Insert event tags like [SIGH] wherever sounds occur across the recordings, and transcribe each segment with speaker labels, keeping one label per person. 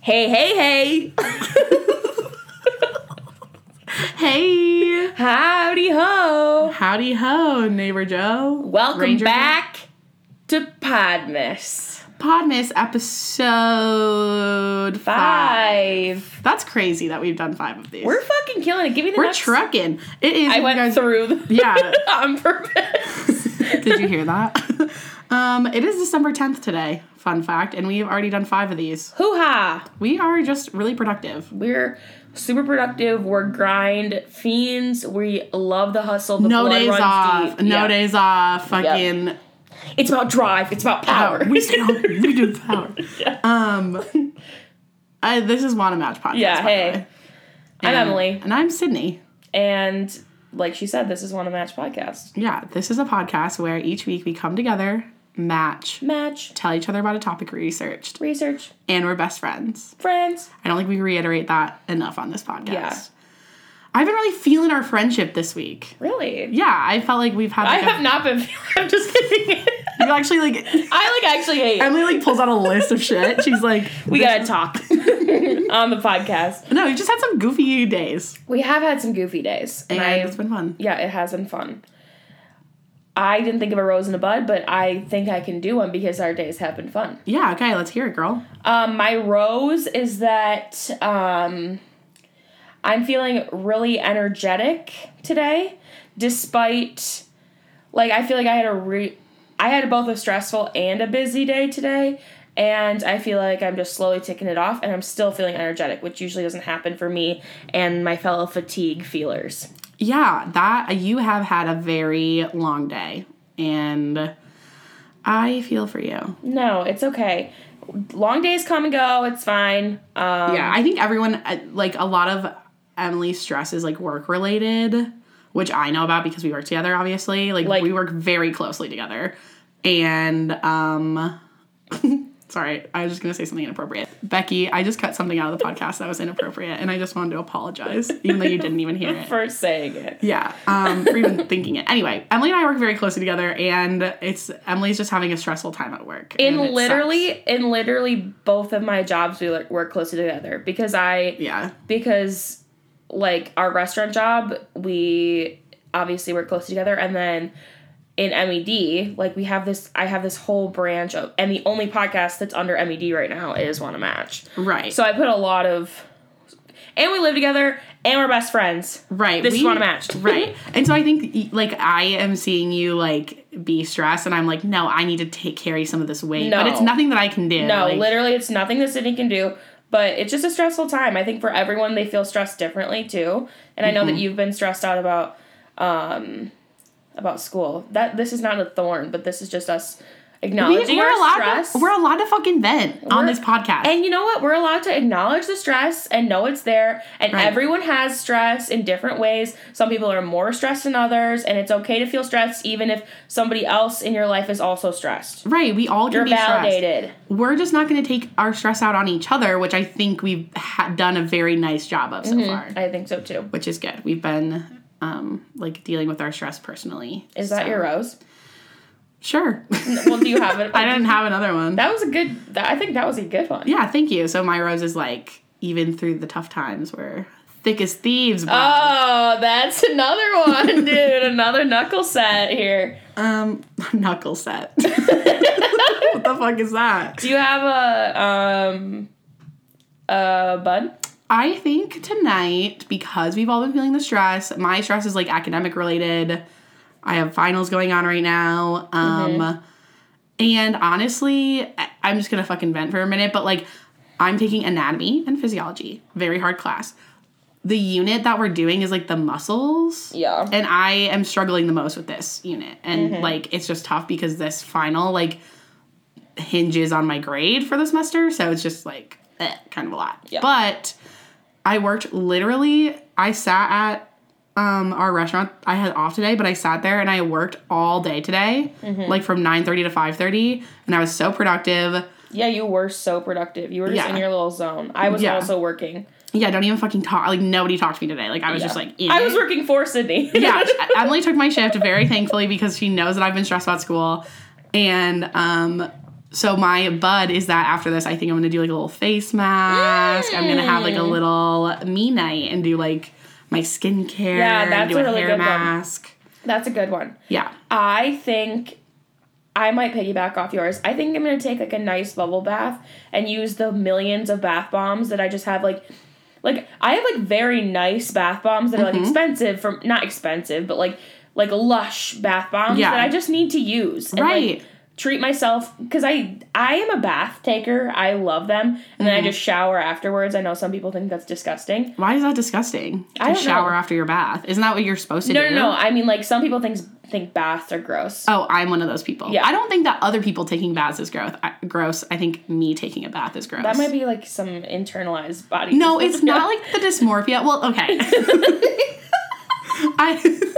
Speaker 1: Hey, hey, hey.
Speaker 2: Hey,
Speaker 1: Howdy ho.
Speaker 2: howdy ho, neighbor Joe.
Speaker 1: Welcome
Speaker 2: Ranger
Speaker 1: back to Podmas.
Speaker 2: Joe. Podmas episode 5
Speaker 1: Five.
Speaker 2: That's crazy that we've done five of these.
Speaker 1: We're fucking killing it. Give me the
Speaker 2: We're
Speaker 1: next-
Speaker 2: trucking. It is.
Speaker 1: I
Speaker 2: you
Speaker 1: went
Speaker 2: guys-
Speaker 1: through them
Speaker 2: [LAUGHS] Yeah.
Speaker 1: [LAUGHS] on purpose.
Speaker 2: Did you hear that? [LAUGHS] um, it is December tenth today. Fun fact, and we have already done five of these.
Speaker 1: Hoo ha.
Speaker 2: We are just really productive.
Speaker 1: We're super productive. We're grind fiends. We love the hustle. The
Speaker 2: No
Speaker 1: blood
Speaker 2: days
Speaker 1: runs
Speaker 2: off.
Speaker 1: deep.
Speaker 2: No
Speaker 1: Yeah.
Speaker 2: days off. Fucking.
Speaker 1: It's about drive. It's about power.
Speaker 2: power.
Speaker 1: [LAUGHS]
Speaker 2: We stay hungry. We do power. Um, I, this is Wanna Match Podcast.
Speaker 1: yeah.
Speaker 2: by the
Speaker 1: Hey.
Speaker 2: way.
Speaker 1: I'm
Speaker 2: And-
Speaker 1: Emily,
Speaker 2: And I'm Sydney.
Speaker 1: and like she said, this is one of Match podcast.
Speaker 2: Yeah, this is a podcast where each week we come together, match,
Speaker 1: Match
Speaker 2: tell each other about a topic we researched,
Speaker 1: research
Speaker 2: and we're best friends.
Speaker 1: friends.
Speaker 2: I don't think we reiterate that enough on this podcast.
Speaker 1: Yeah.
Speaker 2: I've been really feeling our friendship this week.
Speaker 1: Really?
Speaker 2: Yeah, I felt like we've had.
Speaker 1: I
Speaker 2: Like a-
Speaker 1: have not been. [LAUGHS] I'm just kidding.
Speaker 2: [LAUGHS] you actually like
Speaker 1: I like actually hate.
Speaker 2: Emily like pulls out a list of shit. She's like,
Speaker 1: we [LAUGHS] gotta talk on the podcast.
Speaker 2: no, we just had some goofy days,
Speaker 1: We have had some goofy days, and,
Speaker 2: and
Speaker 1: I
Speaker 2: it's been fun.
Speaker 1: yeah, it has been fun. I didn't think of a rose in a bud, but I think I can do one because our days have been fun.
Speaker 2: Yeah, okay, let's hear it, girl.
Speaker 1: Um, my rose is that um, I'm feeling really energetic today, despite like I feel like I had a re- I had both a stressful and a busy day today, and I feel like I'm just slowly ticking it off, and I'm still feeling energetic, which usually doesn't happen for me and my fellow fatigue feelers.
Speaker 2: Yeah, that you have had a very long day, and I feel for you.
Speaker 1: No, it's okay. Long days come and go. It's fine. Um,
Speaker 2: yeah i think everyone uh, like a lot of emily's stress is like work related which i know about because we work together obviously like,
Speaker 1: Like-
Speaker 2: we work very closely together and um [LAUGHS] sorry i was just going to say something inappropriate becky i just cut something out of the podcast that was inappropriate and i just wanted to apologize even though you didn't even
Speaker 1: [LAUGHS]
Speaker 2: hear it
Speaker 1: for saying it.
Speaker 2: yeah um or even thinking it anyway emily and i work very closely together and it's emily's just having a stressful time at work
Speaker 1: In
Speaker 2: and it
Speaker 1: literally,
Speaker 2: sucks.
Speaker 1: in literally both of my jobs, we like, work closely together because I,
Speaker 2: yeah
Speaker 1: because like our restaurant job, we obviously work closely together, and then in MED, like we have this, I have this whole branch of, and the only podcast that's under MED right now is Want to Match.
Speaker 2: right
Speaker 1: So I put a lot of, and we live together, and we're best friends.
Speaker 2: right
Speaker 1: This is
Speaker 2: we-
Speaker 1: Want to Match,
Speaker 2: right [LAUGHS] and so i think like i am seeing you like be stressed and i'm like no i need to take carry some of this weight
Speaker 1: No.
Speaker 2: but it's nothing that i can do
Speaker 1: No,
Speaker 2: like,
Speaker 1: literally, it's nothing that Sydney can do. But it's just a stressful time. I think for everyone, they feel stressed differently too. And I know
Speaker 2: Mm-hmm.
Speaker 1: that you've been stressed out about, um, about school. That this is not a thorn, but this is just us
Speaker 2: we,
Speaker 1: acknowledging
Speaker 2: are
Speaker 1: our
Speaker 2: allowed
Speaker 1: stress.
Speaker 2: to, we're allowed to fucking vent on this podcast
Speaker 1: and you know what? We're allowed to acknowledge the stress and know it's there. And
Speaker 2: Right.
Speaker 1: everyone has stress in different ways. Some people are more stressed than others, and it's okay to feel stressed, even if somebody else in your life is also stressed.
Speaker 2: right we all can
Speaker 1: You're
Speaker 2: be stressed
Speaker 1: validated.
Speaker 2: we're just not going to take our stress out on each other which i think we've ha- done a very nice job of so far
Speaker 1: I think so too.
Speaker 2: which is good we've been um like dealing with our stress personally
Speaker 1: Is that
Speaker 2: So-
Speaker 1: your rose? [LAUGHS]
Speaker 2: sure
Speaker 1: Well, do you have it?
Speaker 2: [LAUGHS] i didn't have another one
Speaker 1: That was a good. That, I think that was a good one.
Speaker 2: Yeah, thank you. So my rose is like even through the tough times we're thick as thieves. But,
Speaker 1: Oh, that's another
Speaker 2: [LAUGHS]
Speaker 1: one, dude. another knuckle set here.
Speaker 2: um, [LAUGHS] knuckle set. [LAUGHS] what the fuck is that?
Speaker 1: Do you have a um a bud?
Speaker 2: I think tonight because we've all been feeling the stress. My stress is like academic related. I have finals going on right now. Um, and honestly, I- I'm just gonna fucking vent for a minute. But like, I'm taking anatomy and physiology, very hard class. The unit that we're doing is like the muscles.
Speaker 1: Yeah.
Speaker 2: and I am struggling the most with this unit. And like it's just tough because this final like hinges on my grade for the semester, so it's just like eh, kind of a lot.
Speaker 1: Yeah.
Speaker 2: But I worked literally I sat at um our restaurant I had off today, but I sat there and I worked all day today, like from 9:30 to 5:30, and I was so productive.
Speaker 1: Yeah, you were so productive. You were just
Speaker 2: Yeah.
Speaker 1: in your little zone. I was
Speaker 2: Yeah.
Speaker 1: also working.
Speaker 2: Yeah, don't even fucking talk. Like nobody talked to me today. Like I was just like in
Speaker 1: I
Speaker 2: it.
Speaker 1: was working for Sydney.
Speaker 2: yeah, [LAUGHS] Emily took my shift very thankfully because she knows that I've been stressed about school. And um so my bud is that after this, I think I'm gonna do like a little face mask. I'm gonna have like a little me night and do like my skincare.
Speaker 1: Yeah,
Speaker 2: and
Speaker 1: that's
Speaker 2: do
Speaker 1: a really
Speaker 2: hair
Speaker 1: good one.
Speaker 2: mask.
Speaker 1: [LAUGHS] That's a good one.
Speaker 2: Yeah,
Speaker 1: I think I might piggyback off yours. I think I'm gonna take like a nice bubble bath and use the millions of bath bombs that I just have like like I have like very nice bath bombs that are
Speaker 2: Mm-hmm.
Speaker 1: like expensive from not expensive, but like like lush bath bombs
Speaker 2: Yeah.
Speaker 1: that I just need to use. and, like,
Speaker 2: right.
Speaker 1: treat myself because I I am a bath taker. I love them, and then I
Speaker 2: Mm-hmm.
Speaker 1: just shower afterwards. I know some people think that's disgusting.
Speaker 2: Why is that disgusting? To
Speaker 1: I don't
Speaker 2: shower
Speaker 1: know.
Speaker 2: after your bath. Isn't that what you're supposed to
Speaker 1: No,
Speaker 2: do?
Speaker 1: no, no. I mean, like some people think think baths are gross.
Speaker 2: Oh, I'm one of those people.
Speaker 1: Yeah.
Speaker 2: I don't think that other people taking baths is gross. I, gross. I think me taking a bath is gross.
Speaker 1: That might be like some internalized body.
Speaker 2: No, it's not like the dysmorphia. Well, okay. [LAUGHS] I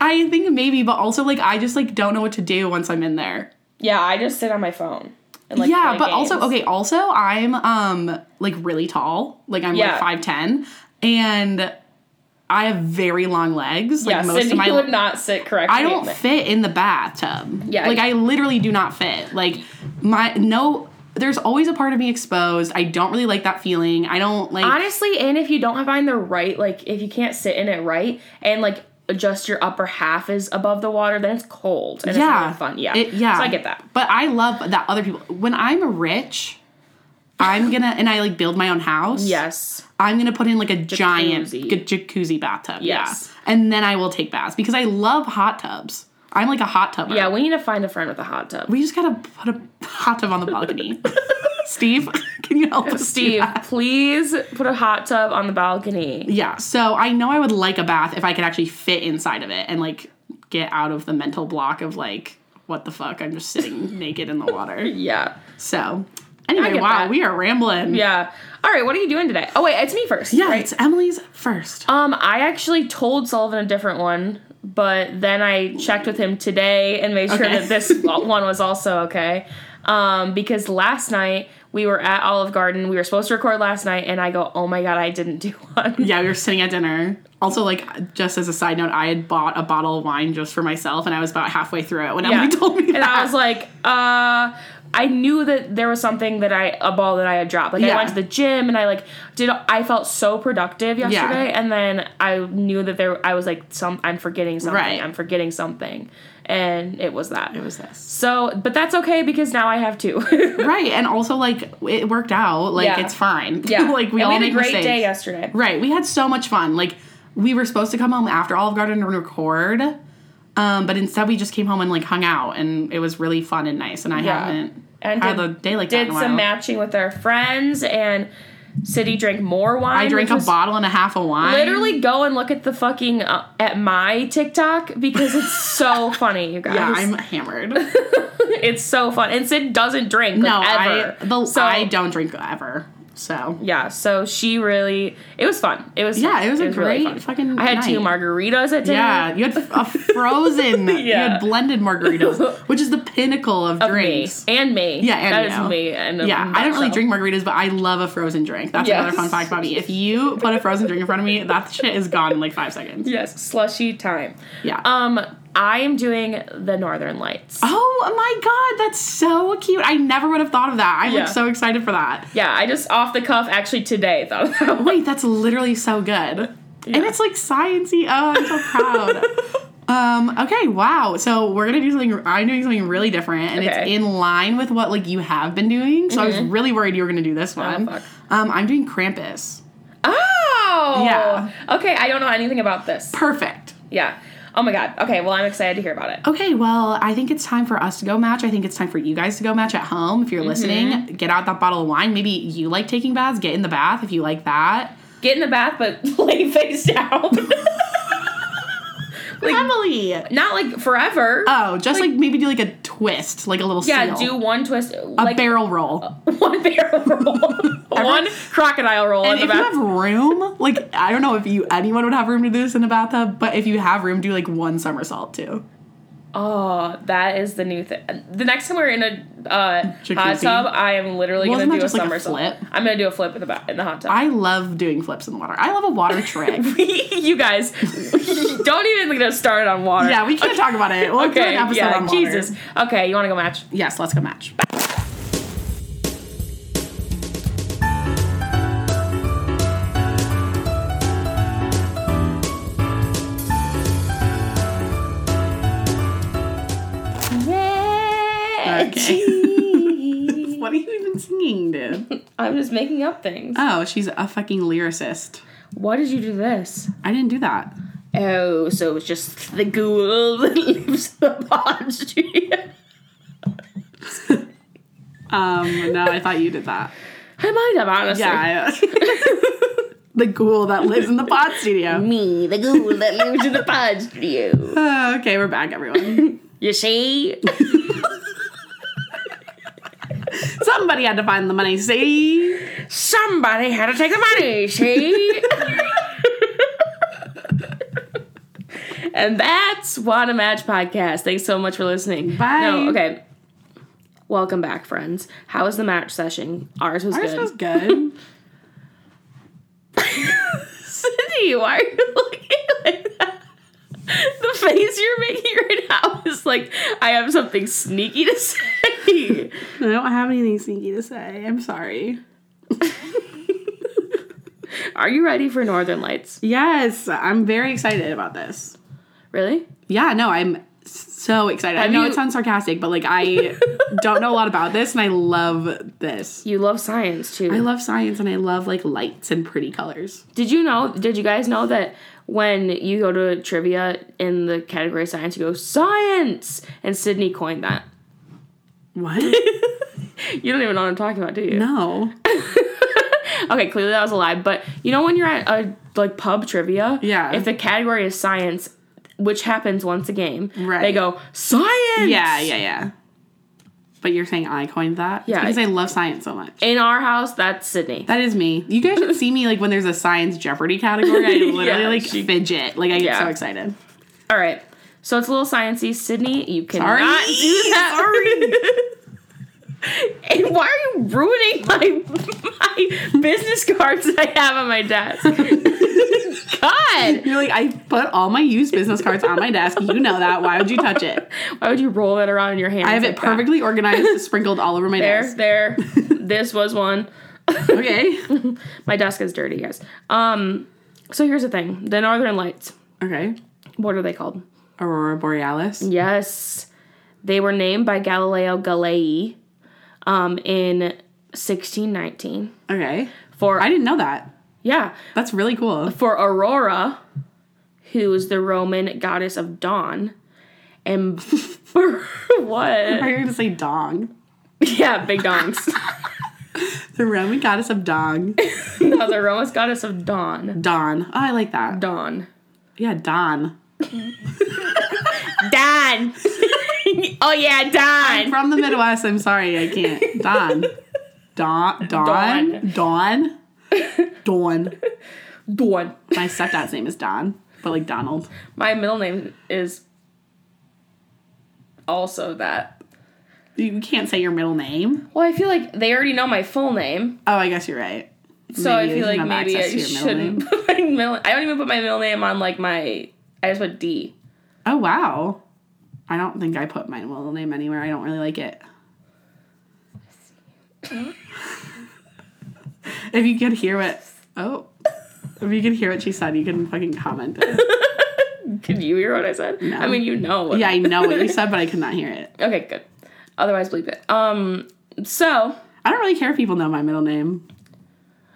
Speaker 2: I think maybe, but also like I just like don't know what to do once I'm in there.
Speaker 1: [LAUGHS] yeah, I just sit on my phone. And, like,
Speaker 2: yeah,
Speaker 1: play
Speaker 2: but also
Speaker 1: games.
Speaker 2: okay, also I'm um like really tall. Like I'm
Speaker 1: Yeah.
Speaker 2: like 5'10 and I have very long legs.
Speaker 1: [LAUGHS]
Speaker 2: Like
Speaker 1: Yeah,
Speaker 2: most
Speaker 1: Sydney
Speaker 2: of my
Speaker 1: would not sit correctly.
Speaker 2: I don't
Speaker 1: in it.
Speaker 2: fit in the bathtub.
Speaker 1: Yeah.
Speaker 2: Like I literally do not fit. Like my no there's always a part of me exposed. I don't really like that feeling. I don't like
Speaker 1: Honestly, and if you don't find the right, like if you can't sit in it right, and like just your upper half is above the water, then it's cold and
Speaker 2: yeah.
Speaker 1: it's not fun. Yeah,
Speaker 2: It- yeah.
Speaker 1: So I get that.
Speaker 2: But I love that other people when I'm rich, I'm
Speaker 1: [LAUGHS]
Speaker 2: gonna and I like build my own house.
Speaker 1: Yes.
Speaker 2: I'm gonna put in like a giant
Speaker 1: Jacuzzi.
Speaker 2: g- jacuzzi bathtub.
Speaker 1: Yes.
Speaker 2: Yeah. And then I will take baths because I love hot tubs. I'm like a hot tubber.
Speaker 1: Yeah, we need to find a friend with a hot tub.
Speaker 2: We just gotta put a hot tub on the balcony.
Speaker 1: [LAUGHS]
Speaker 2: Steve, can you help us? do
Speaker 1: Steve,
Speaker 2: that?
Speaker 1: please put a hot tub on the balcony.
Speaker 2: Yeah, so I know I would like a bath if I could actually fit inside of it and like get out of the mental block of like, what the fuck? I'm just sitting naked in the water.
Speaker 1: [LAUGHS] Yeah.
Speaker 2: So,
Speaker 1: I
Speaker 2: anyway,
Speaker 1: get
Speaker 2: wow,
Speaker 1: that.
Speaker 2: we are rambling.
Speaker 1: Yeah. All right, what are you doing today? Oh, wait, it's me first.
Speaker 2: yeah,
Speaker 1: right?
Speaker 2: it's Emily's first.
Speaker 1: Um, I actually told Sullivan a different one, but then I checked with him today and made sure
Speaker 2: Okay.
Speaker 1: that
Speaker 2: [LAUGHS]
Speaker 1: this one was also okay. Um, because last night we were at Olive Garden. We were supposed to record last night, and I go, oh my God, I didn't do [LAUGHS] one.
Speaker 2: Yeah, we were sitting at dinner. Also, like, just as a side note, I had bought a bottle of wine just for myself, and I was about halfway through it when
Speaker 1: Yeah.
Speaker 2: Emily [LAUGHS] told me
Speaker 1: and
Speaker 2: that.
Speaker 1: I was like, uh, I knew that there was something that I a ball that I had dropped. Like I
Speaker 2: Yeah.
Speaker 1: went to the gym and I like did. I felt so productive yesterday, and then I knew that there. I was like, some. I'm forgetting something.
Speaker 2: Right.
Speaker 1: I'm forgetting something, and it was that.
Speaker 2: it was this.
Speaker 1: So, but that's okay because now I have two. [LAUGHS]
Speaker 2: Right, and also, like, it worked out. Like,
Speaker 1: Yeah.
Speaker 2: it's fine. [LAUGHS]
Speaker 1: yeah,
Speaker 2: like, we
Speaker 1: And
Speaker 2: all
Speaker 1: had
Speaker 2: make
Speaker 1: a great
Speaker 2: mistakes.
Speaker 1: day yesterday.
Speaker 2: Right. We had so much fun. Like we were supposed to come home after Olive Garden and record. Um, but instead we just came home and like hung out and it was really fun and nice and I
Speaker 1: Yeah.
Speaker 2: haven't
Speaker 1: And
Speaker 2: had
Speaker 1: did-
Speaker 2: a day like that
Speaker 1: Did
Speaker 2: in a
Speaker 1: some
Speaker 2: while.
Speaker 1: matching with our friends, and City drank more wine.
Speaker 2: I drank
Speaker 1: which
Speaker 2: a
Speaker 1: was-
Speaker 2: bottle and a half of wine.
Speaker 1: Literally go and look at the fucking uh, at my TikTok because it's
Speaker 2: [LAUGHS]
Speaker 1: so funny, you guys.
Speaker 2: Yeah, I'm hammered.
Speaker 1: [LAUGHS] it's so fun. And Sid doesn't drink.
Speaker 2: no,
Speaker 1: like, ever.
Speaker 2: I the
Speaker 1: so,
Speaker 2: I don't drink ever. So
Speaker 1: Yeah, so she really. It was fun. It was.
Speaker 2: Yeah,
Speaker 1: fun.
Speaker 2: it was a
Speaker 1: really
Speaker 2: great
Speaker 1: fun.
Speaker 2: fucking
Speaker 1: I had two
Speaker 2: night.
Speaker 1: margaritas at dinner.
Speaker 2: yeah, you had a frozen, you
Speaker 1: Yeah.
Speaker 2: had
Speaker 1: [LAUGHS]
Speaker 2: blended margaritas, which is the pinnacle of,
Speaker 1: me
Speaker 2: drinks.
Speaker 1: and me.
Speaker 2: Yeah, and
Speaker 1: that
Speaker 2: you
Speaker 1: is
Speaker 2: know.
Speaker 1: me and um,
Speaker 2: Yeah, I don't really
Speaker 1: myself.
Speaker 2: drink margaritas, but I love a frozen drink. That's another
Speaker 1: Yes.
Speaker 2: fun fact about me. If you put a frozen drink in front of me, that shit is gone in like five seconds.
Speaker 1: Yes, slushy time.
Speaker 2: Yeah.
Speaker 1: Um, I am doing the Northern Lights.
Speaker 2: oh my god, that's so cute. I never would have thought of that. I'm
Speaker 1: Yeah.
Speaker 2: like so excited for that.
Speaker 1: Yeah, I just off the cuff actually today thought of [LAUGHS] that one.
Speaker 2: Wait, that's literally so good. And it's like sciencey. Oh, I'm so
Speaker 1: [LAUGHS]
Speaker 2: proud. Um, okay, wow. So we're gonna do something I'm doing something really different and it's
Speaker 1: Okay. Mm-hmm.
Speaker 2: in line with what like you have been doing. So I was really worried you were gonna do this one.
Speaker 1: Oh, fuck.
Speaker 2: um, I'm doing Krampus.
Speaker 1: Oh.
Speaker 2: Yeah.
Speaker 1: Okay, I don't know anything about this.
Speaker 2: Perfect.
Speaker 1: Yeah. Oh my god. Okay, well I'm excited to hear about it.
Speaker 2: Okay, well, I think it's time for us to go match. I think it's time for you guys to go match at home. If
Speaker 1: Mm-hmm.
Speaker 2: you're listening, get out that bottle of wine. Maybe you like taking baths, get in the bath if you like that.
Speaker 1: Get in the bath, but [LAUGHS] lay face [LAUGHS] down. like
Speaker 2: Emily!
Speaker 1: not like forever.
Speaker 2: Oh, just like, maybe do like a twist, like a little
Speaker 1: yeah,
Speaker 2: seal.
Speaker 1: do one twist,
Speaker 2: a
Speaker 1: like
Speaker 2: barrel roll.
Speaker 1: [LAUGHS] one barrel [LAUGHS] roll, one crocodile roll
Speaker 2: And
Speaker 1: in
Speaker 2: if
Speaker 1: the
Speaker 2: you
Speaker 1: bath.
Speaker 2: have room, like I don't know if you anyone would have room to do this in a bathtub, but if you have room, do like one somersault too.
Speaker 1: Oh, that is the new thing. The next time we're in a uh, hot
Speaker 2: Jacuzzi.
Speaker 1: tub, I am literally
Speaker 2: Well,
Speaker 1: gonna
Speaker 2: isn't
Speaker 1: do
Speaker 2: that
Speaker 1: a
Speaker 2: just like a
Speaker 1: somersault.
Speaker 2: flip?
Speaker 1: I'm gonna do a flip in the ba- in the hot tub.
Speaker 2: I love doing flips in the water. I love a water [LAUGHS] trick.
Speaker 1: [LAUGHS] you guys, [LAUGHS] don't even get us started on water.
Speaker 2: yeah, we can't talk about it. We'll do an
Speaker 1: Okay,
Speaker 2: episode
Speaker 1: yeah,
Speaker 2: on water.
Speaker 1: Jesus. Okay, you want to go match?
Speaker 2: Yes, let's go match. [LAUGHS]
Speaker 1: Okay.
Speaker 2: [LAUGHS] What are you even singing, dude?
Speaker 1: I'm just making up things.
Speaker 2: Oh, she's a fucking lyricist.
Speaker 1: Why did you do this?
Speaker 2: I didn't do that.
Speaker 1: Oh, so it was just the ghoul that [LAUGHS] lives in the pond.
Speaker 2: Um, no, I thought you did [LAUGHS] that.
Speaker 1: I might have, honestly.
Speaker 2: Yeah. I- [LAUGHS] the ghoul that lives [LAUGHS] in the pod studio.
Speaker 1: Me, the ghoul that lives in the pod studio.
Speaker 2: Uh, okay, we're back, [LAUGHS] everyone.
Speaker 1: You see?
Speaker 2: Somebody had to find the money, see?
Speaker 1: Somebody had to take the money, see? [LAUGHS] and that's What a Match Podcast. Thanks so much for listening.
Speaker 2: Bye.
Speaker 1: No, okay. Welcome back, friends. How was the match session? Ours was
Speaker 2: Ours
Speaker 1: good.
Speaker 2: was
Speaker 1: [LAUGHS]
Speaker 2: good.
Speaker 1: Cindy, why are you looking like that? The face you're making right now is like, I have something sneaky to say.
Speaker 2: [LAUGHS] I don't have anything sneaky to say. I'm sorry.
Speaker 1: Are you ready for Northern Lights?
Speaker 2: Yes, I'm very excited about this.
Speaker 1: Really?
Speaker 2: Yeah, no, I'm so excited. I
Speaker 1: Have
Speaker 2: know
Speaker 1: you-
Speaker 2: it sounds sarcastic, but like
Speaker 1: [LAUGHS]
Speaker 2: I don't know a lot about this and I love this.
Speaker 1: You love science too.
Speaker 2: I love science and I love like lights and pretty colors.
Speaker 1: Did you know? Did you guys know that when you go to trivia in the category science, you go science, and Sydney coined that.
Speaker 2: [LAUGHS] What?
Speaker 1: You don't even know what I'm talking about, do you?
Speaker 2: no.
Speaker 1: Okay, clearly that was a lie. But you know when you're at a like pub trivia,
Speaker 2: Yeah.
Speaker 1: If the category is science, which happens once a game,
Speaker 2: Right.
Speaker 1: They go science.
Speaker 2: Yeah, yeah, yeah. But you're saying I coined that? It's
Speaker 1: Yeah,
Speaker 2: Because
Speaker 1: I-
Speaker 2: I love science so much.
Speaker 1: In our house, that's Sydney.
Speaker 2: That is me. You guys should see me like when there's a science Jeopardy category.
Speaker 1: [LAUGHS]
Speaker 2: I literally
Speaker 1: Yeah,
Speaker 2: like
Speaker 1: she-
Speaker 2: fidget. Like I get
Speaker 1: Yeah.
Speaker 2: so excited.
Speaker 1: All right. So it's a little sciencey, Sydney. You cannot
Speaker 2: Sorry.
Speaker 1: do
Speaker 2: E
Speaker 1: that. Sorry. [LAUGHS] and why are you ruining my my business cards that I have on my desk? [LAUGHS] God,
Speaker 2: You're like, I put all my used business cards on my desk. You know that. Why would you touch it?
Speaker 1: why would you roll that around in your hand?
Speaker 2: I have it perfectly organized, sprinkled all over my
Speaker 1: There,
Speaker 2: desk.
Speaker 1: there. this was one.
Speaker 2: Okay. [LAUGHS]
Speaker 1: My desk is dirty, guys. Um, so here's the thing: the Northern Lights.
Speaker 2: Okay.
Speaker 1: What are they called?
Speaker 2: Aurora Borealis.
Speaker 1: Yes, they were named by Galileo Galilei, um, in 1619
Speaker 2: Okay.
Speaker 1: for
Speaker 2: I didn't know that.
Speaker 1: yeah
Speaker 2: That's really cool.
Speaker 1: for Aurora, who is the Roman goddess of dawn, and [LAUGHS] for what?
Speaker 2: Are you going to say dong?
Speaker 1: Yeah, big dongs. [LAUGHS]
Speaker 2: The Roman goddess of dong.
Speaker 1: no, the Roman goddess of dawn.
Speaker 2: Dawn. Oh, I like that.
Speaker 1: Dawn.
Speaker 2: Yeah, Dawn.
Speaker 1: Don. [LAUGHS] oh yeah, Don.
Speaker 2: From the Midwest, I'm sorry, I can't. Dawn. Dawn. Dawn. Dawn. Dawn.
Speaker 1: Dawn.
Speaker 2: My stepdad's name is Don, but like Donald.
Speaker 1: My middle name is also that.
Speaker 2: You can't say your middle name.
Speaker 1: Well, I feel like they already know my full name,
Speaker 2: Oh, I guess you're right.
Speaker 1: so
Speaker 2: Maybe
Speaker 1: I feel like
Speaker 2: they didn't have
Speaker 1: maybe I
Speaker 2: access to your middle
Speaker 1: shouldn't [LAUGHS] put my middle. I don't even put my middle name on like my. I just put D.
Speaker 2: Oh wow. I don't think I put my middle name anywhere. I don't really like it. if you could hear what oh. If you could hear what she said, you can fucking comment it.
Speaker 1: Did you hear what I said? I mean, you know. What
Speaker 2: Yeah, I know what you said, but I could not hear it.
Speaker 1: Okay, good. Otherwise, bleep it. Um. So.
Speaker 2: I don't really care if people know my middle name.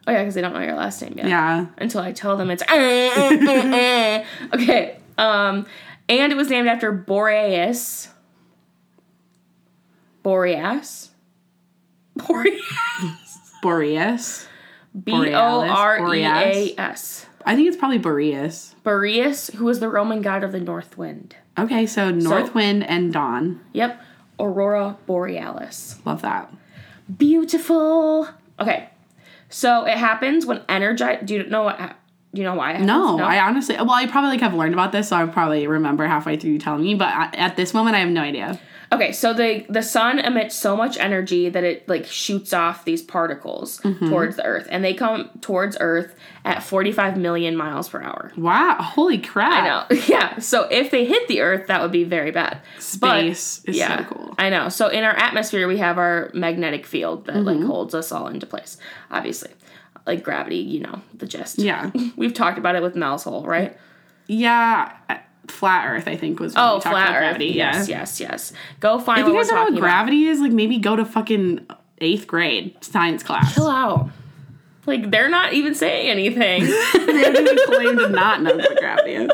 Speaker 1: Oh yeah, because they don't know your last name yet.
Speaker 2: Yeah.
Speaker 1: Until I tell them it's. [LAUGHS] okay. Um. And it was named after Boreas. Boreas. Boreas.
Speaker 2: Boreas.
Speaker 1: B o r e a s.
Speaker 2: I think it's probably Boreas.
Speaker 1: Boreas, who was the Roman god of the north wind.
Speaker 2: Okay, so North Wind and Dawn.
Speaker 1: Yep. Aurora Borealis.
Speaker 2: Love that.
Speaker 1: beautiful. Okay, so it happens when energy. Do you know what? hap- Do you know why? I have
Speaker 2: No,
Speaker 1: this?
Speaker 2: I honestly, well, I probably like have learned about this, so I probably remember halfway through you telling me, but I, at this moment, I have no idea.
Speaker 1: Okay, so the the sun emits so much energy that it like shoots off these particles
Speaker 2: Mm-hmm.
Speaker 1: towards the Earth, and they come towards Earth at forty five million miles per hour.
Speaker 2: Wow, holy crap!
Speaker 1: I know, [LAUGHS] yeah. So if they hit the Earth, that would be very bad. But-
Speaker 2: Space is so cool.
Speaker 1: I know. So in our atmosphere, we have our magnetic field that
Speaker 2: Mm-hmm.
Speaker 1: like holds us all into place. Obviously, like gravity, you know the gist.
Speaker 2: Yeah,
Speaker 1: [LAUGHS] we've talked about it with Mal's hole, right?
Speaker 2: yeah. uh, Flat Earth, I think was. When
Speaker 1: Oh,
Speaker 2: we talked
Speaker 1: flat
Speaker 2: about
Speaker 1: Earth.
Speaker 2: Gravity.
Speaker 1: Yes,
Speaker 2: yeah.
Speaker 1: yes, yes. Go find
Speaker 2: If
Speaker 1: what
Speaker 2: you
Speaker 1: we're
Speaker 2: guys don't know
Speaker 1: talking
Speaker 2: what gravity is, like maybe go to fucking eighth grade science class. [LAUGHS]
Speaker 1: about. Chill out. Like they're not even saying anything. [LAUGHS]
Speaker 2: they don't even claim to not know what gravity is.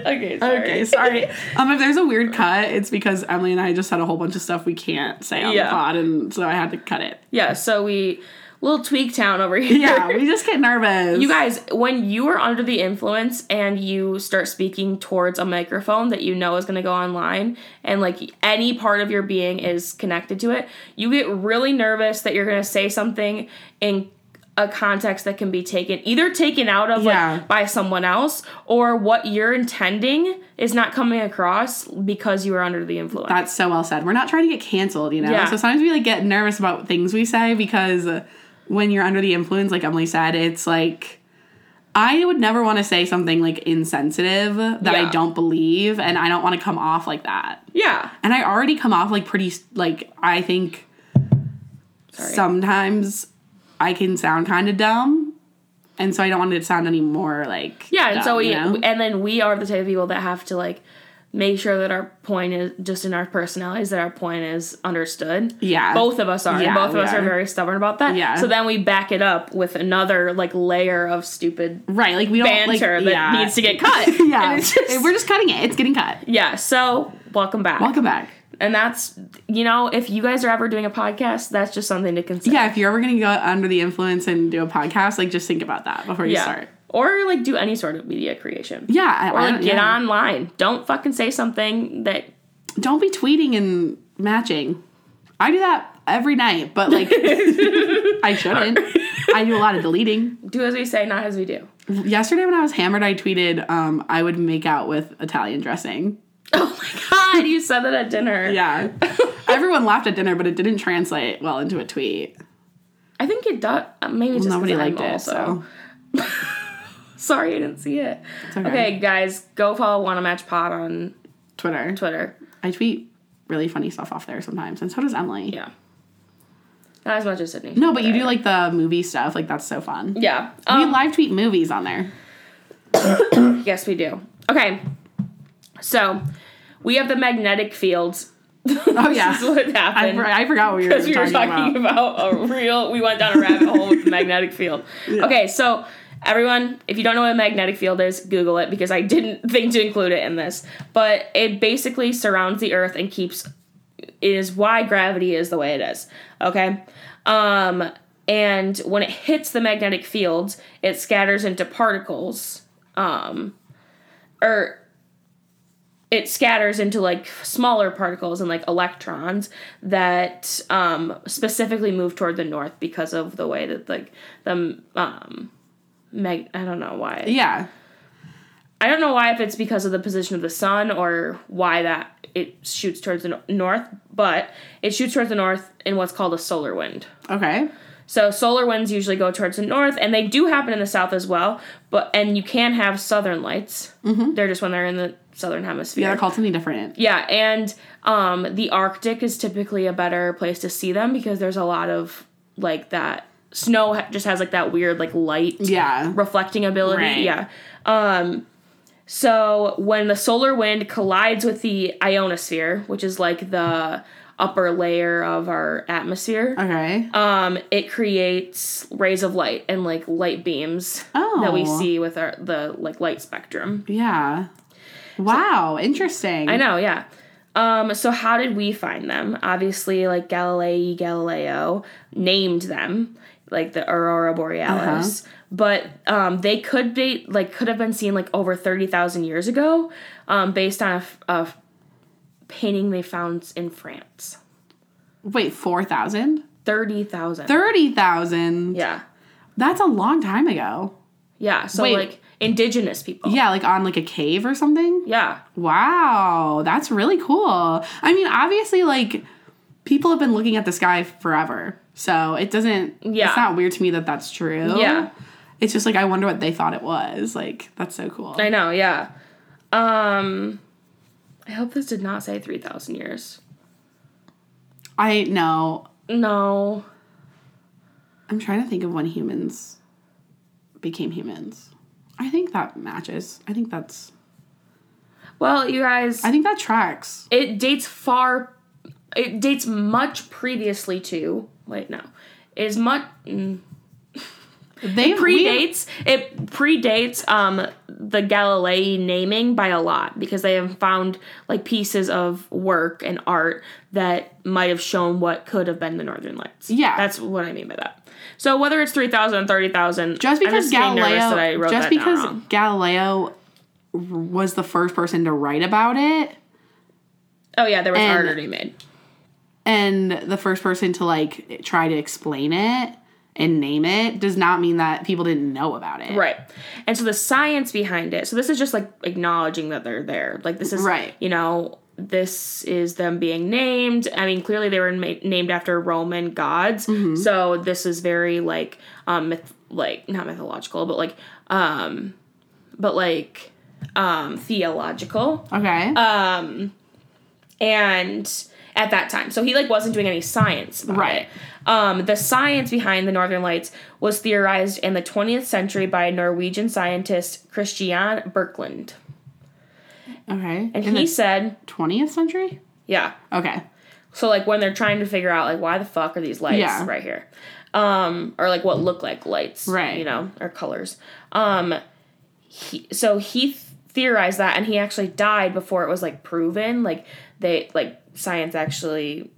Speaker 1: okay, [LAUGHS] sorry.
Speaker 2: Okay, sorry. Um, if there's a weird cut, it's because Emily and I just had a whole bunch of stuff we can't say on
Speaker 1: Yeah.
Speaker 2: the pod, and so I had to cut it.
Speaker 1: [LAUGHS] Yeah, so we little tweak town over here.
Speaker 2: Yeah, we just get nervous.
Speaker 1: You guys, when you are under the influence and you start speaking towards a microphone that you know is going to go online and like any part of your being is connected to it, you get really nervous that you're going to say something in a context that can be taken either taken out of
Speaker 2: Yeah.
Speaker 1: like by someone else or what you're intending is not coming across because you are under the influence.
Speaker 2: That's so well said. We're not trying to get canceled, you know.
Speaker 1: Yeah.
Speaker 2: So sometimes we like get nervous about things we say because when you're under the influence, like Emily said, it's like I would never want to say something like insensitive that
Speaker 1: Yeah.
Speaker 2: I don't believe, and I don't want to come off like that.
Speaker 1: yeah.
Speaker 2: And I already come off like pretty like I think
Speaker 1: Sorry.
Speaker 2: sometimes I can sound kind of dumb, and so I don't want it to sound any more like
Speaker 1: Yeah, and so
Speaker 2: dumb,
Speaker 1: we
Speaker 2: you know?
Speaker 1: and then we are the type of people that have to like make sure that our point is just in our personalities that our point is understood.
Speaker 2: yeah
Speaker 1: Both of us are.
Speaker 2: Yeah,
Speaker 1: both of
Speaker 2: we
Speaker 1: us are
Speaker 2: are.
Speaker 1: very stubborn about that.
Speaker 2: Yeah.
Speaker 1: So then we back it up with another like layer of stupid
Speaker 2: right like we don't
Speaker 1: banter
Speaker 2: like,
Speaker 1: that
Speaker 2: yeah.
Speaker 1: needs to get cut.
Speaker 2: [LAUGHS] yeah,
Speaker 1: And it's just-
Speaker 2: we're just cutting it. It's getting cut.
Speaker 1: yeah. So welcome back.
Speaker 2: Welcome back.
Speaker 1: And that's you know if you guys are ever doing a podcast, that's just something to consider.
Speaker 2: Yeah, if you're ever gonna go under the influence and do a podcast, like just think about that before you
Speaker 1: Yeah.
Speaker 2: start.
Speaker 1: Or like do any sort of media creation.
Speaker 2: Yeah, I,
Speaker 1: Or
Speaker 2: I
Speaker 1: like
Speaker 2: don't,
Speaker 1: get
Speaker 2: yeah.
Speaker 1: online. Don't fucking say something that
Speaker 2: Don't be tweeting and matching. I do that every night,
Speaker 1: [LAUGHS]
Speaker 2: but like I shouldn't. I do a lot of deleting.
Speaker 1: do as we say, not as we do.
Speaker 2: Yesterday when I was hammered, I tweeted um, I would make out with Italian dressing.
Speaker 1: [LAUGHS] Oh my god, you said that at dinner.
Speaker 2: Yeah. [LAUGHS] Everyone laughed at dinner, but it didn't translate well into a tweet.
Speaker 1: I think it does. uh, Maybe just 'cause
Speaker 2: Nobody
Speaker 1: I'm
Speaker 2: liked it,
Speaker 1: also.
Speaker 2: so
Speaker 1: Sorry, I didn't see it.
Speaker 2: okay.
Speaker 1: Okay. guys, go follow Wanna Match Pod on
Speaker 2: Twitter.
Speaker 1: Twitter.
Speaker 2: I tweet really funny stuff off there sometimes, and so does Emily.
Speaker 1: Yeah, not as much as Sydney.
Speaker 2: No, but you do like the movie stuff. Like that's so fun.
Speaker 1: Yeah.
Speaker 2: We
Speaker 1: Um,
Speaker 2: live tweet movies on there.
Speaker 1: yes, we do. Okay, so we have the magnetic fields. [LAUGHS] oh
Speaker 2: yeah.
Speaker 1: this is what
Speaker 2: I,
Speaker 1: happened.
Speaker 2: for- I forgot what we were,
Speaker 1: because we were
Speaker 2: talking,
Speaker 1: talking about.
Speaker 2: about.
Speaker 1: a real we went down a rabbit hole with the magnetic field okay so everyone if you don't know what a magnetic field is google it because i didn't [LAUGHS] think to include it in this but it basically surrounds the earth and keeps it is why gravity is the way it is okay um and when it hits the magnetic field it scatters into particles um or it scatters into like smaller particles and like electrons that um, specifically move toward the north because of the way that like the um, mag- I don't know why
Speaker 2: Yeah.
Speaker 1: I don't know why if it's because of the position of the sun or why that it shoots towards the no- north, but it shoots towards the north in what's called a solar wind.
Speaker 2: Okay.
Speaker 1: So solar winds usually go towards the north, and they do happen in the south as well. But and you can have southern lights. They're just when they're in the southern hemisphere.
Speaker 2: Yeah, they're called something different.
Speaker 1: Yeah, and um, the Arctic is typically a better place to see them because there's a lot of like that snow ha- just has like that weird like light
Speaker 2: Yeah.
Speaker 1: reflecting ability.
Speaker 2: Right.
Speaker 1: Yeah. Um, so when the solar wind collides with the ionosphere, which is like the upper layer of our atmosphere,
Speaker 2: Okay.
Speaker 1: um, it creates rays of light and like light beams
Speaker 2: Oh.
Speaker 1: that we see with our the like light spectrum.
Speaker 2: yeah. Wow. Interesting.
Speaker 1: I know, yeah. Um, so how did we find them? Obviously, like Galilei Galileo named them, like the aurora borealis.
Speaker 2: Uh-huh.
Speaker 1: But um, they could be like could have been seen like over thirty thousand years ago, um, based on a, f- a f- painting they found in France.
Speaker 2: Wait, 4,000?
Speaker 1: thirty thousand.
Speaker 2: Thirty thousand.
Speaker 1: yeah,
Speaker 2: That's a long time ago.
Speaker 1: yeah. So
Speaker 2: Wait.
Speaker 1: like indigenous people.
Speaker 2: Yeah, like on like a cave or something.
Speaker 1: yeah,
Speaker 2: Wow, that's really cool. I mean, obviously, like people have been looking at the sky forever, so it doesn't.
Speaker 1: Yeah.
Speaker 2: it's not weird to me that that's true.
Speaker 1: Yeah.
Speaker 2: it's just like I wonder what they thought it was. Like that's so cool.
Speaker 1: I know. Yeah. Um, I hope this did not say three thousand years.
Speaker 2: I know.
Speaker 1: No.
Speaker 2: I'm trying to think of when humans became humans. I think that matches. I think that's.
Speaker 1: Well, you guys,
Speaker 2: I think that tracks.
Speaker 1: it dates far. It dates much previously to. Wait, no. It is much. Mm,
Speaker 2: They
Speaker 1: predates it predates um the Galilei naming by a lot because they have found like pieces of work and art that might have shown what could have been the northern lights.
Speaker 2: Yeah.
Speaker 1: That's what I mean by that. So whether it's 3,000 30,000
Speaker 2: just
Speaker 1: I'm
Speaker 2: because
Speaker 1: getting nervous
Speaker 2: Galileo
Speaker 1: that I wrote
Speaker 2: just
Speaker 1: that down
Speaker 2: because
Speaker 1: wrong.
Speaker 2: Galileo r- was the first person to write about it
Speaker 1: Oh yeah, there was
Speaker 2: and-
Speaker 1: art already made.
Speaker 2: and the first person to like try to explain it and name it does not mean that people didn't know about it.
Speaker 1: Right. And so the science behind it. So this is just like acknowledging that they're there. Like this is
Speaker 2: Right.
Speaker 1: You know, this is them being named. I mean, clearly they were ma- named after Roman gods.
Speaker 2: Mm-hmm.
Speaker 1: So this is very like um myth- like not mythological, but like um but like um theological.
Speaker 2: Okay.
Speaker 1: Uh, And at that time. So he like wasn't doing any science about
Speaker 2: Right.
Speaker 1: it. Um, the science behind the Northern Lights was theorized in the 20th century by Norwegian scientist Christian Birkeland.
Speaker 2: okay.
Speaker 1: And
Speaker 2: In
Speaker 1: he
Speaker 2: the
Speaker 1: said,
Speaker 2: 20th century?
Speaker 1: yeah.
Speaker 2: Okay.
Speaker 1: So, like, when they're trying to figure out, like, why the fuck are these lights
Speaker 2: Yeah.
Speaker 1: right here? Um, or, like, what look like lights,
Speaker 2: Right.
Speaker 1: you know, or colors. Um, he, so he th- theorized that, and he actually died before it was, like, proven. Like, they, like, science actually,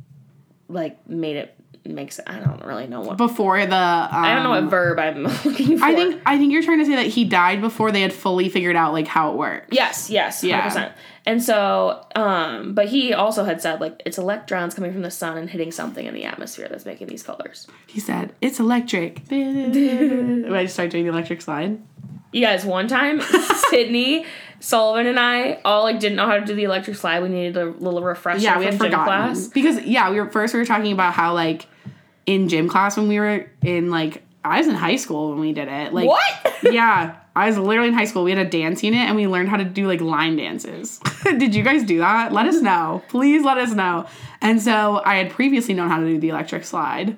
Speaker 1: like, made it make sense. I don't really know what.
Speaker 2: Before the um,
Speaker 1: I don't know what verb I'm [LAUGHS] looking for.
Speaker 2: I think I think you're trying to say that he died before they had fully figured out like how it worked.
Speaker 1: Yes, yes,
Speaker 2: Yeah.
Speaker 1: 100%. And so, um, but he also had said, like, it's electrons coming from the sun and hitting something in the atmosphere that's making these colors.
Speaker 2: He said, "It's electric." [LAUGHS] When I just started doing the electric slide.
Speaker 1: You guys, one
Speaker 2: [LAUGHS]
Speaker 1: time, Sydney, Sullivan, and I all, like, didn't know how to do the electric slide. We needed a little refresher
Speaker 2: yeah, we
Speaker 1: from
Speaker 2: had
Speaker 1: gym
Speaker 2: forgotten
Speaker 1: class.
Speaker 2: because yeah, we were first we were talking about how like in gym class when we were in like I was in high school when we did it. Like
Speaker 1: What?
Speaker 2: [LAUGHS] yeah, I was literally in high school. We had a dance unit and we learned how to do like line dances. [LAUGHS] did you guys do that? Let us know. Please let us know. And so I had previously known how to do the electric slide.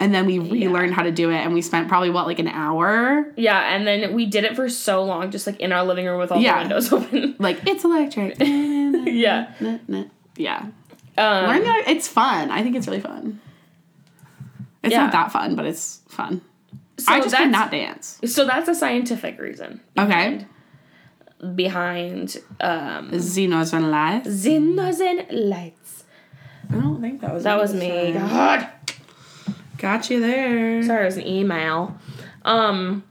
Speaker 2: And then we relearned how to do it and we spent probably what like an hour
Speaker 1: Yeah, and then we did it for so long, just, like, in our living room with all
Speaker 2: Yeah.
Speaker 1: the windows [LAUGHS] open.
Speaker 2: like it's electric. yeah.
Speaker 1: yeah. Um,
Speaker 2: Learn the, it's fun. I think it's really fun. It's
Speaker 1: Yeah.
Speaker 2: not that fun, but it's fun.
Speaker 1: so
Speaker 2: I just
Speaker 1: that's,
Speaker 2: could not dance.
Speaker 1: So that's a scientific reason
Speaker 2: Okay.
Speaker 1: behind um,
Speaker 2: Zeno's been live.
Speaker 1: Zinnozen lights.
Speaker 2: I don't think that was
Speaker 1: That was me. God.
Speaker 2: Got you there.
Speaker 1: sorry, it was an email. Um,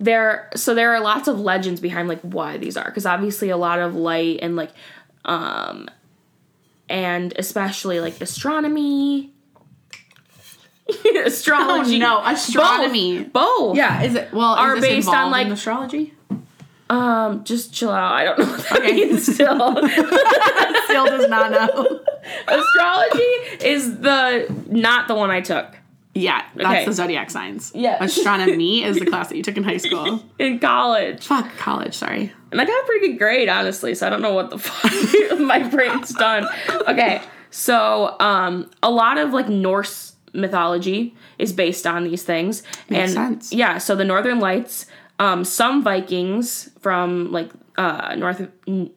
Speaker 1: there, so there are lots of legends behind like why these are, because obviously a lot of light and like, um, and especially like astronomy, [LAUGHS]
Speaker 2: Oh
Speaker 1: astrology.
Speaker 2: no, astronomy.
Speaker 1: both, both.
Speaker 2: Yeah, is it well
Speaker 1: Are
Speaker 2: is this
Speaker 1: based on,
Speaker 2: involved in
Speaker 1: like-
Speaker 2: astrology?
Speaker 1: Um, just chill out. I don't know what that
Speaker 2: Okay.
Speaker 1: means.
Speaker 2: [LAUGHS]
Speaker 1: Still,
Speaker 2: Still does not know.
Speaker 1: astrology is the not the one I took
Speaker 2: [LAUGHS] Yeah, that's
Speaker 1: Okay.
Speaker 2: the zodiac signs.
Speaker 1: Yeah. [LAUGHS]
Speaker 2: Astronomy is the class that you took in high school.
Speaker 1: in college.
Speaker 2: Fuck college, sorry.
Speaker 1: And I got a pretty good grade, honestly, so I don't know what the [LAUGHS] fuck my brain's done. Okay, so um, a lot of like Norse mythology is based on these things.
Speaker 2: Makes
Speaker 1: and
Speaker 2: sense.
Speaker 1: yeah, so the Northern Lights, um, some Vikings from like uh, North, n-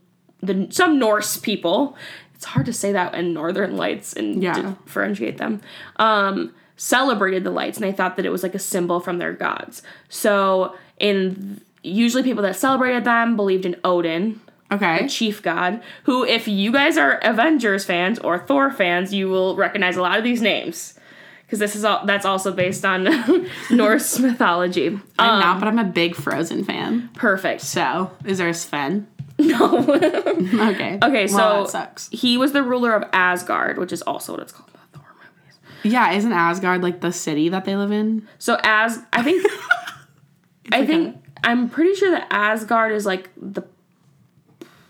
Speaker 1: the some Norse people. It's hard to say that in Northern Lights and
Speaker 2: Yeah.
Speaker 1: differentiate them. Um, celebrated the lights and they thought that it was like a symbol from their gods. So in usually people that celebrated them believed in Odin,
Speaker 2: Okay.
Speaker 1: chief god, who if you guys are Avengers fans or Thor fans, you will recognize a lot of these names. Because this is all that's also based on [LAUGHS] Norse mythology.
Speaker 2: I'm
Speaker 1: Um,
Speaker 2: not, but I'm a big Frozen fan.
Speaker 1: perfect.
Speaker 2: So is there a Sven?
Speaker 1: [LAUGHS] No.
Speaker 2: [LAUGHS] Okay.
Speaker 1: Okay,
Speaker 2: Well,
Speaker 1: so
Speaker 2: that sucks.
Speaker 1: he was the ruler of Asgard, which is also what it's called. in the Thor movies.
Speaker 2: Yeah, isn't Asgard like the city that they live in?
Speaker 1: So as I
Speaker 2: [LAUGHS]
Speaker 1: think I
Speaker 2: okay.
Speaker 1: think I'm pretty sure that Asgard is like the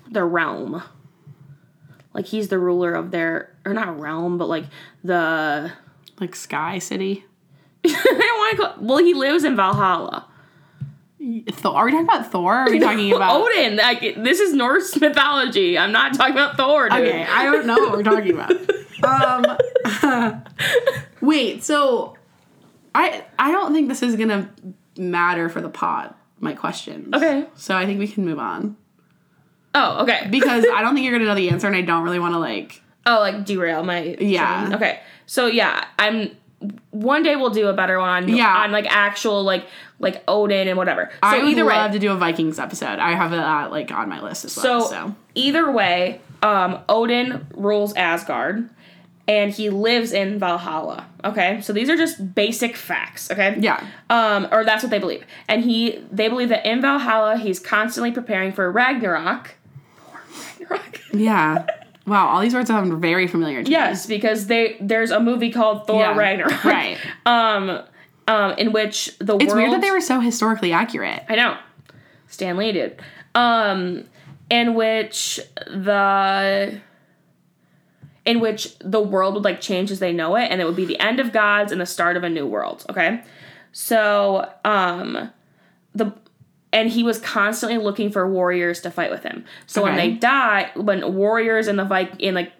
Speaker 1: the realm. Like he's the ruler of their or not realm, but like the [LAUGHS]
Speaker 2: Like Sky City.
Speaker 1: I don't want to call well he lives in Valhalla.
Speaker 2: Thor? Are we talking about Thor?
Speaker 1: [LAUGHS]
Speaker 2: Are we talking about?
Speaker 1: Odin. Like this is Norse mythology. I'm not talking about Thor. Dude.
Speaker 2: Okay, I don't know what we're talking about. Um, [LAUGHS] wait, so I I don't think this is gonna matter for the pod. My questions.
Speaker 1: Okay.
Speaker 2: So I think we can move on
Speaker 1: Oh, okay.
Speaker 2: because I don't think you're gonna know the answer, and I don't really want to like.
Speaker 1: Oh, like derail my
Speaker 2: Yeah.
Speaker 1: train. Okay. So yeah, I'm one day we'll do a better one on
Speaker 2: Yeah.
Speaker 1: on like actual like like Odin and whatever. So
Speaker 2: I would
Speaker 1: either way,
Speaker 2: love to do a Vikings episode. I have that like on my list as well.
Speaker 1: So,
Speaker 2: so.
Speaker 1: either way, um, Odin rules Asgard, and he lives in Valhalla. Okay, so these are just basic facts. Okay.
Speaker 2: Yeah.
Speaker 1: Um, or that's what they believe, and he they believe that in Valhalla he's constantly preparing for Ragnarok. Poor Ragnarok.
Speaker 2: Yeah. Wow, all these words sound very familiar to
Speaker 1: yes, because they there's a movie called Thor
Speaker 2: me. Yeah.
Speaker 1: Ragnarok.
Speaker 2: Right.
Speaker 1: Um, um, in which the
Speaker 2: It's
Speaker 1: world
Speaker 2: weird that they were so historically accurate.
Speaker 1: I know. Stan Lee did. Um, in which the in which the world would like change as they know it, and it would be the end of gods and the start of a new world. Okay, so um, the and he was constantly looking for warriors to fight with him. So when
Speaker 2: Okay.
Speaker 1: they die, when warriors and the Vik in like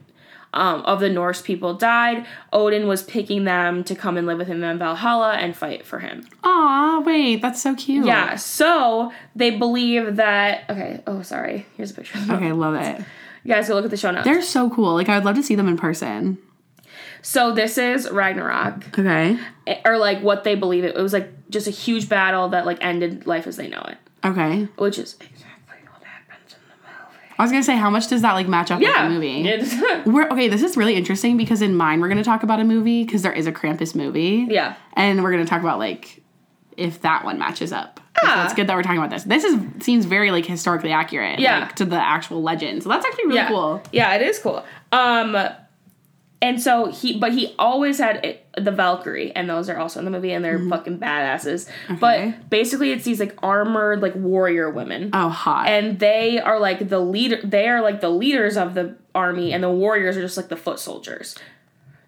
Speaker 1: um, of the Norse people died, Odin was picking them to come and live with him in Valhalla and fight for him.
Speaker 2: Aw, wait, that's so cute.
Speaker 1: Yeah, so they believe that. Okay, oh, sorry. Here's a picture.
Speaker 2: Okay, love it.
Speaker 1: You guys go look at the show notes.
Speaker 2: They're so cool. Like I would love to see them in person.
Speaker 1: so this is Ragnarok,
Speaker 2: Okay.
Speaker 1: eh, or like what they believe it. It was like just a huge battle that like ended life as they know it,
Speaker 2: Okay.
Speaker 1: which is exactly what happens in the movie.
Speaker 2: I was gonna say, how much does that like match up
Speaker 1: Yeah,
Speaker 2: with the movie?
Speaker 1: It's- [LAUGHS]
Speaker 2: We're okay. This is really interesting because in mine we're gonna talk about a movie because there is a Krampus movie.
Speaker 1: yeah,
Speaker 2: And we're gonna talk about like if that one matches up. So
Speaker 1: Ah.
Speaker 2: it's good that we're talking about this. This is seems very like historically accurate.
Speaker 1: Yeah.
Speaker 2: Like, to the actual legend. So that's actually really
Speaker 1: yeah,
Speaker 2: cool.
Speaker 1: yeah. It is cool. Um, and so he, but he always had it, the Valkyrie, and those are also in the movie, and they're fucking badasses.
Speaker 2: Mm-hmm. Okay.
Speaker 1: But basically, it's these like armored like warrior women.
Speaker 2: Oh hot.
Speaker 1: and they are like the leader they are like the leaders of the army and the warriors are just like the foot soldiers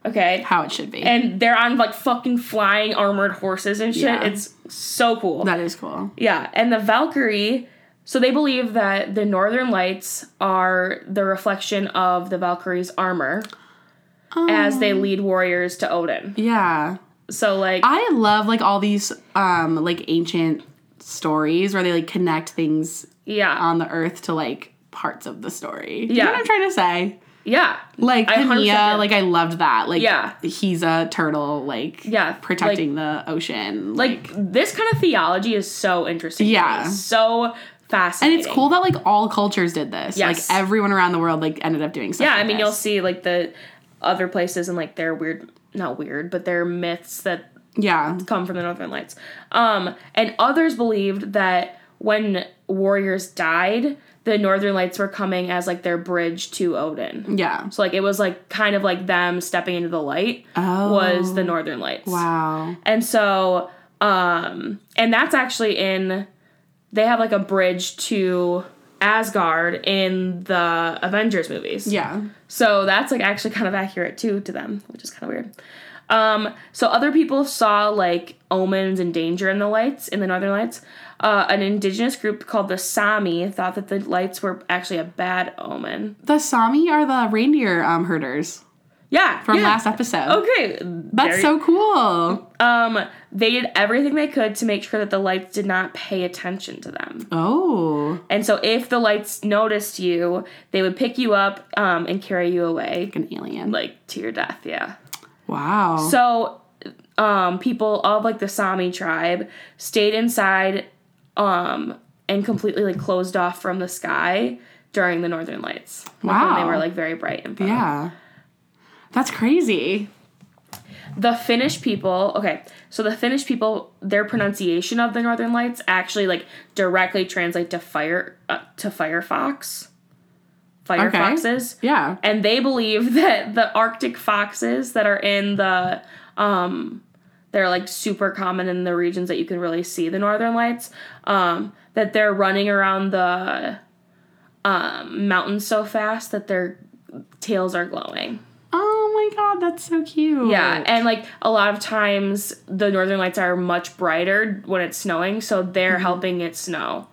Speaker 1: okay
Speaker 2: how it should be.
Speaker 1: and they're on like fucking flying armored horses and shit
Speaker 2: Yeah.
Speaker 1: it's so cool
Speaker 2: that is cool.
Speaker 1: yeah and the valkyrie so they believe that the northern lights are the reflection of the valkyrie's armor as they lead warriors to odin
Speaker 2: Yeah.
Speaker 1: so like
Speaker 2: Um. I love like all these um like ancient stories where they like connect things
Speaker 1: yeah
Speaker 2: on the earth to like parts of the story. You know
Speaker 1: Yeah.
Speaker 2: what I'm trying to say?
Speaker 1: yeah
Speaker 2: Like
Speaker 1: I 100%
Speaker 2: Pania,
Speaker 1: do.
Speaker 2: like I loved that. Like
Speaker 1: Yeah.
Speaker 2: he's a turtle, like
Speaker 1: Yeah,
Speaker 2: protecting the ocean.
Speaker 1: like this kind of theology is so interesting to me.
Speaker 2: Yeah.
Speaker 1: so
Speaker 2: and
Speaker 1: fascinating
Speaker 2: it's cool that like all cultures did this.
Speaker 1: Yes.
Speaker 2: Like everyone around the world like ended up doing stuff.
Speaker 1: Yeah, I
Speaker 2: like
Speaker 1: mean,
Speaker 2: this.
Speaker 1: you'll see like the other places and like their weird, not weird, but their myths that
Speaker 2: Yeah.
Speaker 1: come from the Northern Lights. Um, and others believed that when warriors died, the Northern Lights were coming as like their bridge to Odin.
Speaker 2: Yeah.
Speaker 1: So like it was like kind of like them stepping into the light
Speaker 2: Oh
Speaker 1: was the Northern Lights.
Speaker 2: wow.
Speaker 1: And so, um, and that's actually in, they have like a bridge to Asgard in the Avengers movies.
Speaker 2: Yeah.
Speaker 1: So that's like actually kind of accurate too to them, which is kind of weird. Um, so other people saw like omens and danger in the lights in the northern lights. Uh, an indigenous group called the Sami thought that the lights were actually a bad omen.
Speaker 2: The Sami are the reindeer um herders
Speaker 1: Yeah,
Speaker 2: from
Speaker 1: yeah.
Speaker 2: last episode.
Speaker 1: Okay,
Speaker 2: That's so cool.
Speaker 1: Um, they did everything they could to make sure that the lights did not pay attention to them.
Speaker 2: Oh.
Speaker 1: And so, if the lights noticed you, they would pick you up um, and carry you away,
Speaker 2: Like an alien.
Speaker 1: like to your death. Yeah.
Speaker 2: wow. Uh-huh.
Speaker 1: So, um, people of like the Sami tribe stayed inside, um, and completely like closed off from the sky during the Northern Lights. Like, when
Speaker 2: Wow.
Speaker 1: they were like very bright and fun.
Speaker 2: yeah. That's crazy.
Speaker 1: The Finnish people, okay, so the Finnish people, their pronunciation of the Northern Lights actually like directly translate to fire uh, to Firefox. fire
Speaker 2: Okay.
Speaker 1: foxes.
Speaker 2: Yeah.
Speaker 1: And they believe [LAUGHS] that the Arctic foxes that are in the um they're like super common in the regions that you can really see the northern lights. Um, that they're running around the um, mountains so fast that their tails are glowing.
Speaker 2: Oh my god, that's so cute.
Speaker 1: Yeah, and like a lot of times the northern lights are much brighter when it's snowing, so they're helping it snow.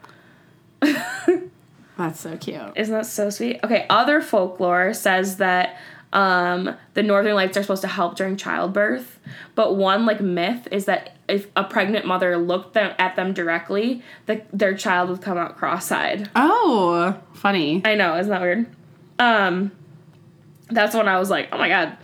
Speaker 2: That's so cute.
Speaker 1: Isn't that so sweet? Okay, other folklore says that um, the northern lights are supposed to help during childbirth, but one like myth is that if a pregnant mother looked them, at them directly, the, their child would come out cross-eyed.
Speaker 2: Oh, funny.
Speaker 1: I know, isn't that weird? Um, that's when I was like, oh my god,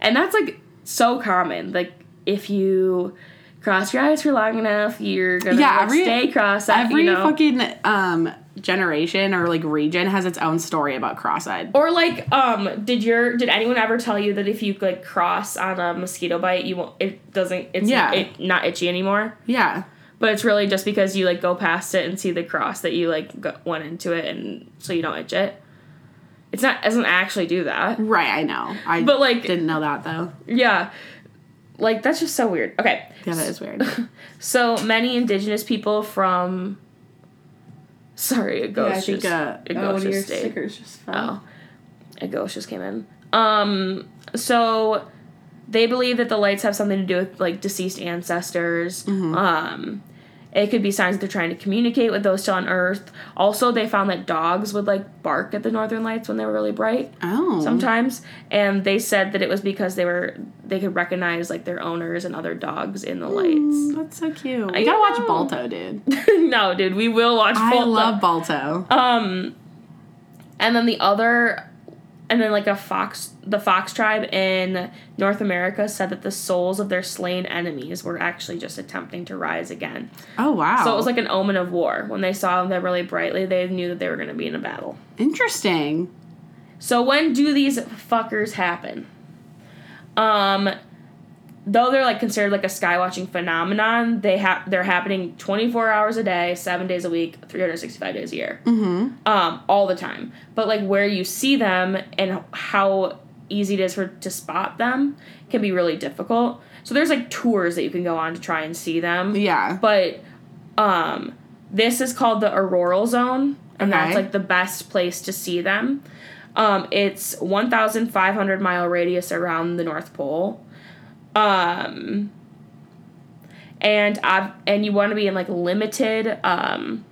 Speaker 1: and that's like so common. Like if you cross your eyes for long enough, you're gonna
Speaker 2: Yeah,
Speaker 1: like,
Speaker 2: every-
Speaker 1: stay cross-eyed.
Speaker 2: Every
Speaker 1: you know?
Speaker 2: fucking um generation or like region has its own story about cross-eyed.
Speaker 1: Or like, um, did your did anyone ever tell you that if you like cross on a mosquito bite, you won't it doesn't it's
Speaker 2: Yeah.
Speaker 1: it, not itchy anymore?
Speaker 2: Yeah.
Speaker 1: But it's really just because you like go past it and see the cross that you like go, went into it, and so you don't itch it. It's not it doesn't actually do that.
Speaker 2: Right, I know. I
Speaker 1: But, like-
Speaker 2: didn't know that though.
Speaker 1: Yeah, like that's just so weird. Okay,
Speaker 2: Yeah, that is
Speaker 1: [LAUGHS]
Speaker 2: weird.
Speaker 1: so many indigenous people from. Sorry, a
Speaker 2: I
Speaker 1: ghost
Speaker 2: think
Speaker 1: just
Speaker 2: uh,
Speaker 1: a
Speaker 2: oh,
Speaker 1: ghost
Speaker 2: your
Speaker 1: just stayed.
Speaker 2: stickers just fell.
Speaker 1: Oh, a ghost just came in. Um, so they believe that the lights have something to do with like deceased ancestors.
Speaker 2: Mm-hmm.
Speaker 1: Um, it could be signs that they're trying to communicate with those still on Earth. Also, they found that dogs would like bark at the northern lights when they were really bright
Speaker 2: Oh.
Speaker 1: sometimes, and they said that it was because they were they could recognize like their owners and other dogs in the lights.
Speaker 2: Mm, That's so cute.
Speaker 1: I
Speaker 2: You gotta watch
Speaker 1: know.
Speaker 2: Balto, dude.
Speaker 1: [LAUGHS] no, dude, we will watch.
Speaker 2: I
Speaker 1: Bolton.
Speaker 2: love Balto.
Speaker 1: Um, and then the other, and then like a fox, the fox tribe in North America said that the souls of their slain enemies were actually just attempting to rise again.
Speaker 2: Oh wow.
Speaker 1: So it was like an omen of war. When they saw them really brightly, they knew that they were going to be in a battle.
Speaker 2: interesting.
Speaker 1: So when do these fuckers happen? Um, though they're like considered like a sky watching phenomenon, they have they're happening twenty four hours a day, seven days a week, three hundred sixty five days a year
Speaker 2: Mm-hmm.
Speaker 1: um, all the time. But like where you see them and how easy it is for to spot them can be really difficult. So there's like tours that you can go on to try and see them.
Speaker 2: Yeah.
Speaker 1: But um, this is called the auroral zone, and that's
Speaker 2: Okay.
Speaker 1: like the best place to see them. Um, it's 1,500 mile radius around the North Pole. Um, and I've, and you want to be in like limited um,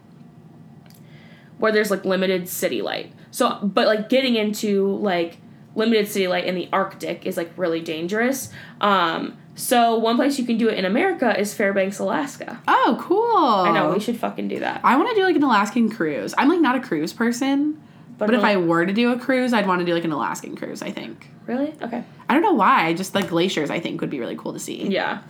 Speaker 1: where there's like limited city light. So, but like getting into like limited city light in the Arctic is like really dangerous. Um, so one place you can do it in America is Fairbanks, Alaska.
Speaker 2: oh, cool.
Speaker 1: I know we should fucking do that.
Speaker 2: I want to do like an Alaskan cruise. I'm like not a cruise person, but, if I were to do a cruise, I'd want to do like an Alaskan cruise. I think.
Speaker 1: really okay,
Speaker 2: I don't know why. Just the glaciers, I think, would be really cool to see.
Speaker 1: yeah.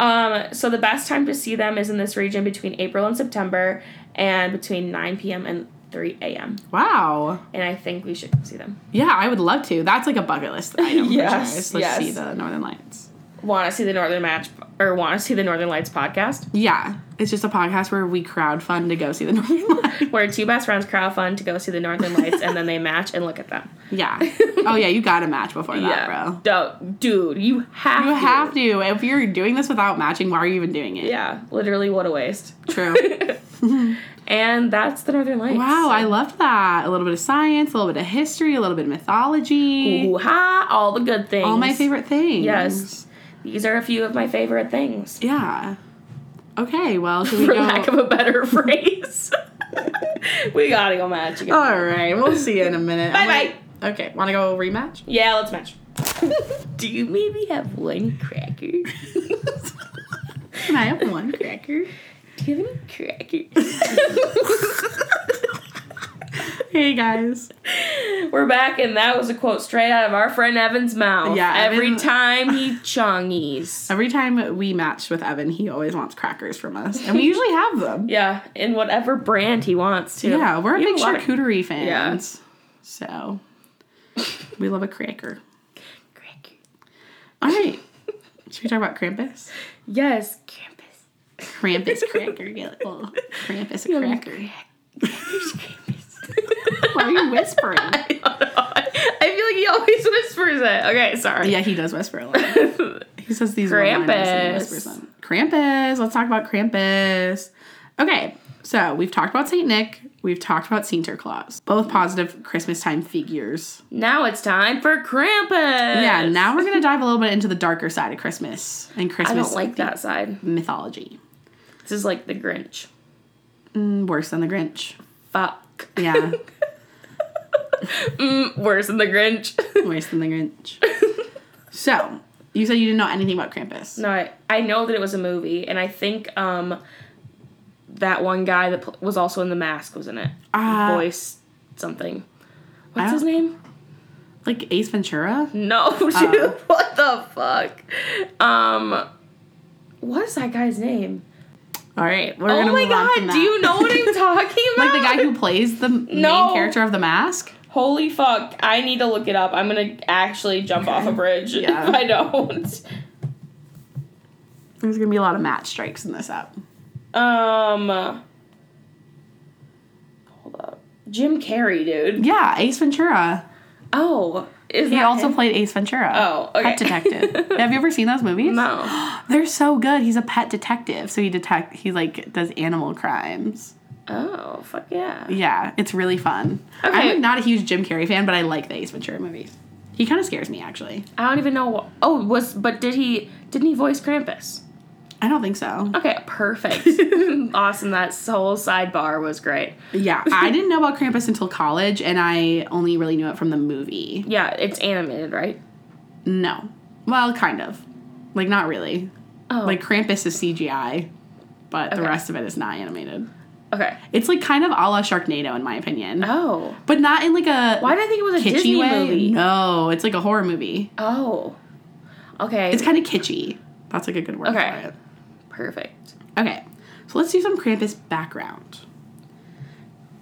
Speaker 1: Um, so the best time to see them is in this region between April and September, and between 9 p.m. and 3 a.m.
Speaker 2: Wow.
Speaker 1: And I think we should see them.
Speaker 2: Yeah, I would love to. That's like a bucket list item.
Speaker 1: [LAUGHS]
Speaker 2: for
Speaker 1: Yes,
Speaker 2: sure,
Speaker 1: yes.
Speaker 2: is, Let's see the Northern Lights.
Speaker 1: Want to see the Northern Match or want to see the Northern Lights
Speaker 2: [LAUGHS]
Speaker 1: podcast?
Speaker 2: Yeah, it's just a podcast where we crowdfund to go see the [LAUGHS] Northern Lights.
Speaker 1: Where two best friends crowdfund to go see the Northern Lights, and then they match and look at them.
Speaker 2: Yeah. Oh [LAUGHS] yeah, you got a match before that, bro.
Speaker 1: Duh, dude, you have
Speaker 2: You
Speaker 1: to.
Speaker 2: have to. If you're doing this without matching, why are you even doing it?
Speaker 1: Yeah, literally, what a waste. [LAUGHS]
Speaker 2: True.
Speaker 1: And that's the Northern Lights.
Speaker 2: wow, I loved that. A little bit of science, a little bit of history, a little bit of mythology.
Speaker 1: Ooh, ha, all the good things.
Speaker 2: All my favorite things.
Speaker 1: Yes. These are a few of my favorite things.
Speaker 2: Yeah. Okay, well, should
Speaker 1: [LAUGHS]
Speaker 2: we
Speaker 1: For
Speaker 2: go?
Speaker 1: lack of a [LAUGHS] better phrase. we gotta go match again.
Speaker 2: All right, we'll see you in a minute.
Speaker 1: Bye-bye.
Speaker 2: I'm like- Okay, want to go rematch?
Speaker 1: yeah, let's match. [LAUGHS] Do you maybe have one [LAUGHS] cracker? Do
Speaker 2: Can I have one cracker?
Speaker 1: you have any crackers?
Speaker 2: [LAUGHS] Hey guys.
Speaker 1: [LAUGHS] We're back, and that was a quote straight out of our friend Evan's mouth.
Speaker 2: Yeah,
Speaker 1: Every
Speaker 2: Evan-
Speaker 1: time he chongies.
Speaker 2: Every time we match with Evan, he always wants crackers from us, and we usually have them.
Speaker 1: Yeah, in whatever brand he wants to.
Speaker 2: [LAUGHS] Yeah, we're
Speaker 1: You
Speaker 2: big
Speaker 1: have a lot of
Speaker 2: charcuterie fans. So we love a cracker.
Speaker 1: cracker.
Speaker 2: All right. Should we talk about Krampus?
Speaker 1: Yes, Krampus.
Speaker 2: [LAUGHS] Krampus cracker. Get a little Krampus
Speaker 1: Yummy
Speaker 2: cracker.
Speaker 1: Krampus.
Speaker 2: [LAUGHS] Why are you whispering?
Speaker 1: [LAUGHS] I don't know. I feel like he always whispers it. Okay, sorry.
Speaker 2: yeah, he does whisper a lot. He says these
Speaker 1: Krampus.
Speaker 2: one-liners and he whispers them. Krampus. Let's talk about Krampus. Okay, so we've talked about Saint Nick. We've talked about Saint Claus. Both positive Christmas time figures.
Speaker 1: [LAUGHS] now it's time for Krampus.
Speaker 2: Yeah, now we're gonna dive a little bit into the darker side of Christmas and
Speaker 1: I
Speaker 2: Christmas
Speaker 1: don't like that side.
Speaker 2: mythology.
Speaker 1: This is like the Grinch.
Speaker 2: Mm, worse than the Grinch.
Speaker 1: Fuck.
Speaker 2: Yeah,
Speaker 1: [LAUGHS] Mm, worse than the Grinch. [LAUGHS]
Speaker 2: worse than the Grinch. So you said you didn't know anything about Krampus.
Speaker 1: no, I, I know that it was a movie, and I think um that one guy that pl- was also in the mask was in it.
Speaker 2: Ah.
Speaker 1: Voice something.
Speaker 2: I
Speaker 1: What's his name?
Speaker 2: Like Ace Ventura.
Speaker 1: No, [LAUGHS] dude.
Speaker 2: Oh.
Speaker 1: what the fuck? Um, what is that guy's name?
Speaker 2: All right, we're
Speaker 1: Oh
Speaker 2: gonna
Speaker 1: my
Speaker 2: move on from
Speaker 1: god, do
Speaker 2: that.
Speaker 1: you know what I'm talking about?
Speaker 2: [LAUGHS] like the guy who plays the
Speaker 1: No.
Speaker 2: main character of the mask?
Speaker 1: Holy fuck, I need to look it up. I'm gonna actually jump off a bridge [LAUGHS]
Speaker 2: Yeah.
Speaker 1: if I don't.
Speaker 2: There's gonna be a lot of match strikes in this app.
Speaker 1: Um, hold up. Jim Carrey, dude.
Speaker 2: Yeah, Ace Ventura.
Speaker 1: Oh, is
Speaker 2: He
Speaker 1: that
Speaker 2: also
Speaker 1: him?
Speaker 2: played Ace Ventura.
Speaker 1: Oh, okay. [LAUGHS]
Speaker 2: Pet detective. Have you ever seen those movies?
Speaker 1: No. [GASPS]
Speaker 2: They're so good. He's a pet detective, so he detect he like does animal crimes.
Speaker 1: Oh, fuck yeah.
Speaker 2: Yeah, it's really fun.
Speaker 1: Okay.
Speaker 2: I'm like, not a huge Jim Carrey fan, but I like the Ace Ventura movies. He kind of scares me actually.
Speaker 1: I don't even know what. Oh, was but did he didn't he voice Krampus?
Speaker 2: I don't think so.
Speaker 1: Okay,
Speaker 2: [LAUGHS]
Speaker 1: perfect. awesome. That whole sidebar was great. [LAUGHS]
Speaker 2: Yeah, I didn't know about Krampus until college, and I only really knew it from the movie.
Speaker 1: Yeah, it's animated, right?
Speaker 2: No, well, kind of, like not really.
Speaker 1: Oh,
Speaker 2: Like Krampus is CGI, but the
Speaker 1: Okay.
Speaker 2: rest of it is not animated.
Speaker 1: okay.
Speaker 2: It's like kind of a la Sharknado in my opinion,
Speaker 1: Oh,
Speaker 2: but not in like a
Speaker 1: why did I think it was a
Speaker 2: kitschy
Speaker 1: Disney
Speaker 2: way.
Speaker 1: movie?
Speaker 2: No, it's like a horror movie.
Speaker 1: Oh, okay.
Speaker 2: It's kind of kitschy. That's like a good word
Speaker 1: Okay.
Speaker 2: for it.
Speaker 1: perfect.
Speaker 2: Okay, so let's do some Krampus background.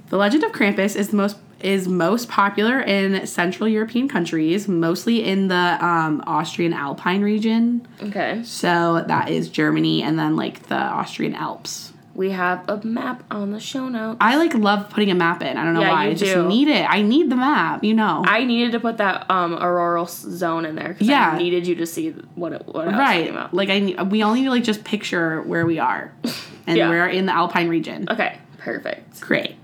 Speaker 2: The legend of Krampus is the most is most popular in Central European countries, mostly in the um, Austrian Alpine region.
Speaker 1: Okay,
Speaker 2: So that is Germany, and then like the Austrian Alps.
Speaker 1: we have a map on the show note.
Speaker 2: I like love putting a map in. I don't know
Speaker 1: Yeah,
Speaker 2: why.
Speaker 1: you
Speaker 2: I just
Speaker 1: do.
Speaker 2: need it. I need the map. You know.
Speaker 1: I needed to put that um auroral s- zone in there. 'cause
Speaker 2: Yeah.
Speaker 1: I needed you to see what it what else came
Speaker 2: right.
Speaker 1: out.
Speaker 2: Like I need, we only need to like just picture where we are, [LAUGHS] and
Speaker 1: Yeah.
Speaker 2: we're in the Alpine region.
Speaker 1: Okay, perfect.
Speaker 2: Great.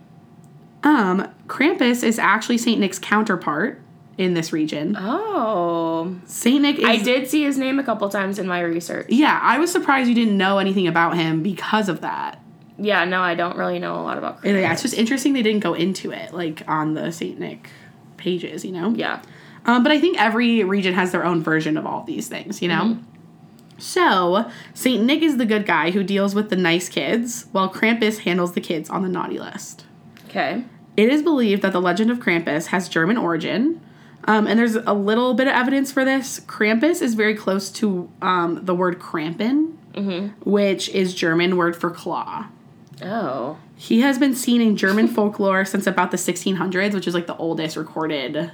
Speaker 2: Um, Krampus is actually Saint Nick's counterpart in this region.
Speaker 1: Oh,
Speaker 2: Saint Nick is.
Speaker 1: Uh, I did see his name a couple times in my research.
Speaker 2: Yeah, I was surprised you didn't know anything about him because of that.
Speaker 1: Yeah, no, I don't really know a lot about.
Speaker 2: And,
Speaker 1: Krampus.
Speaker 2: yeah, it's just interesting they didn't go into it like on the Saint Nick pages, you know.
Speaker 1: Yeah.
Speaker 2: Um, but I think every region has their own version of all these things, you know? So, St. Nick is the good guy who deals with the nice kids, while Krampus handles the kids on the naughty list.
Speaker 1: Okay.
Speaker 2: It is believed that the legend of Krampus has German origin, um, and there's a little bit of evidence for this. Krampus is very close to um, the word Krampen, which is German word for claw.
Speaker 1: Oh.
Speaker 2: He has been seen in German folklore since about the 1600s, which is like the oldest recorded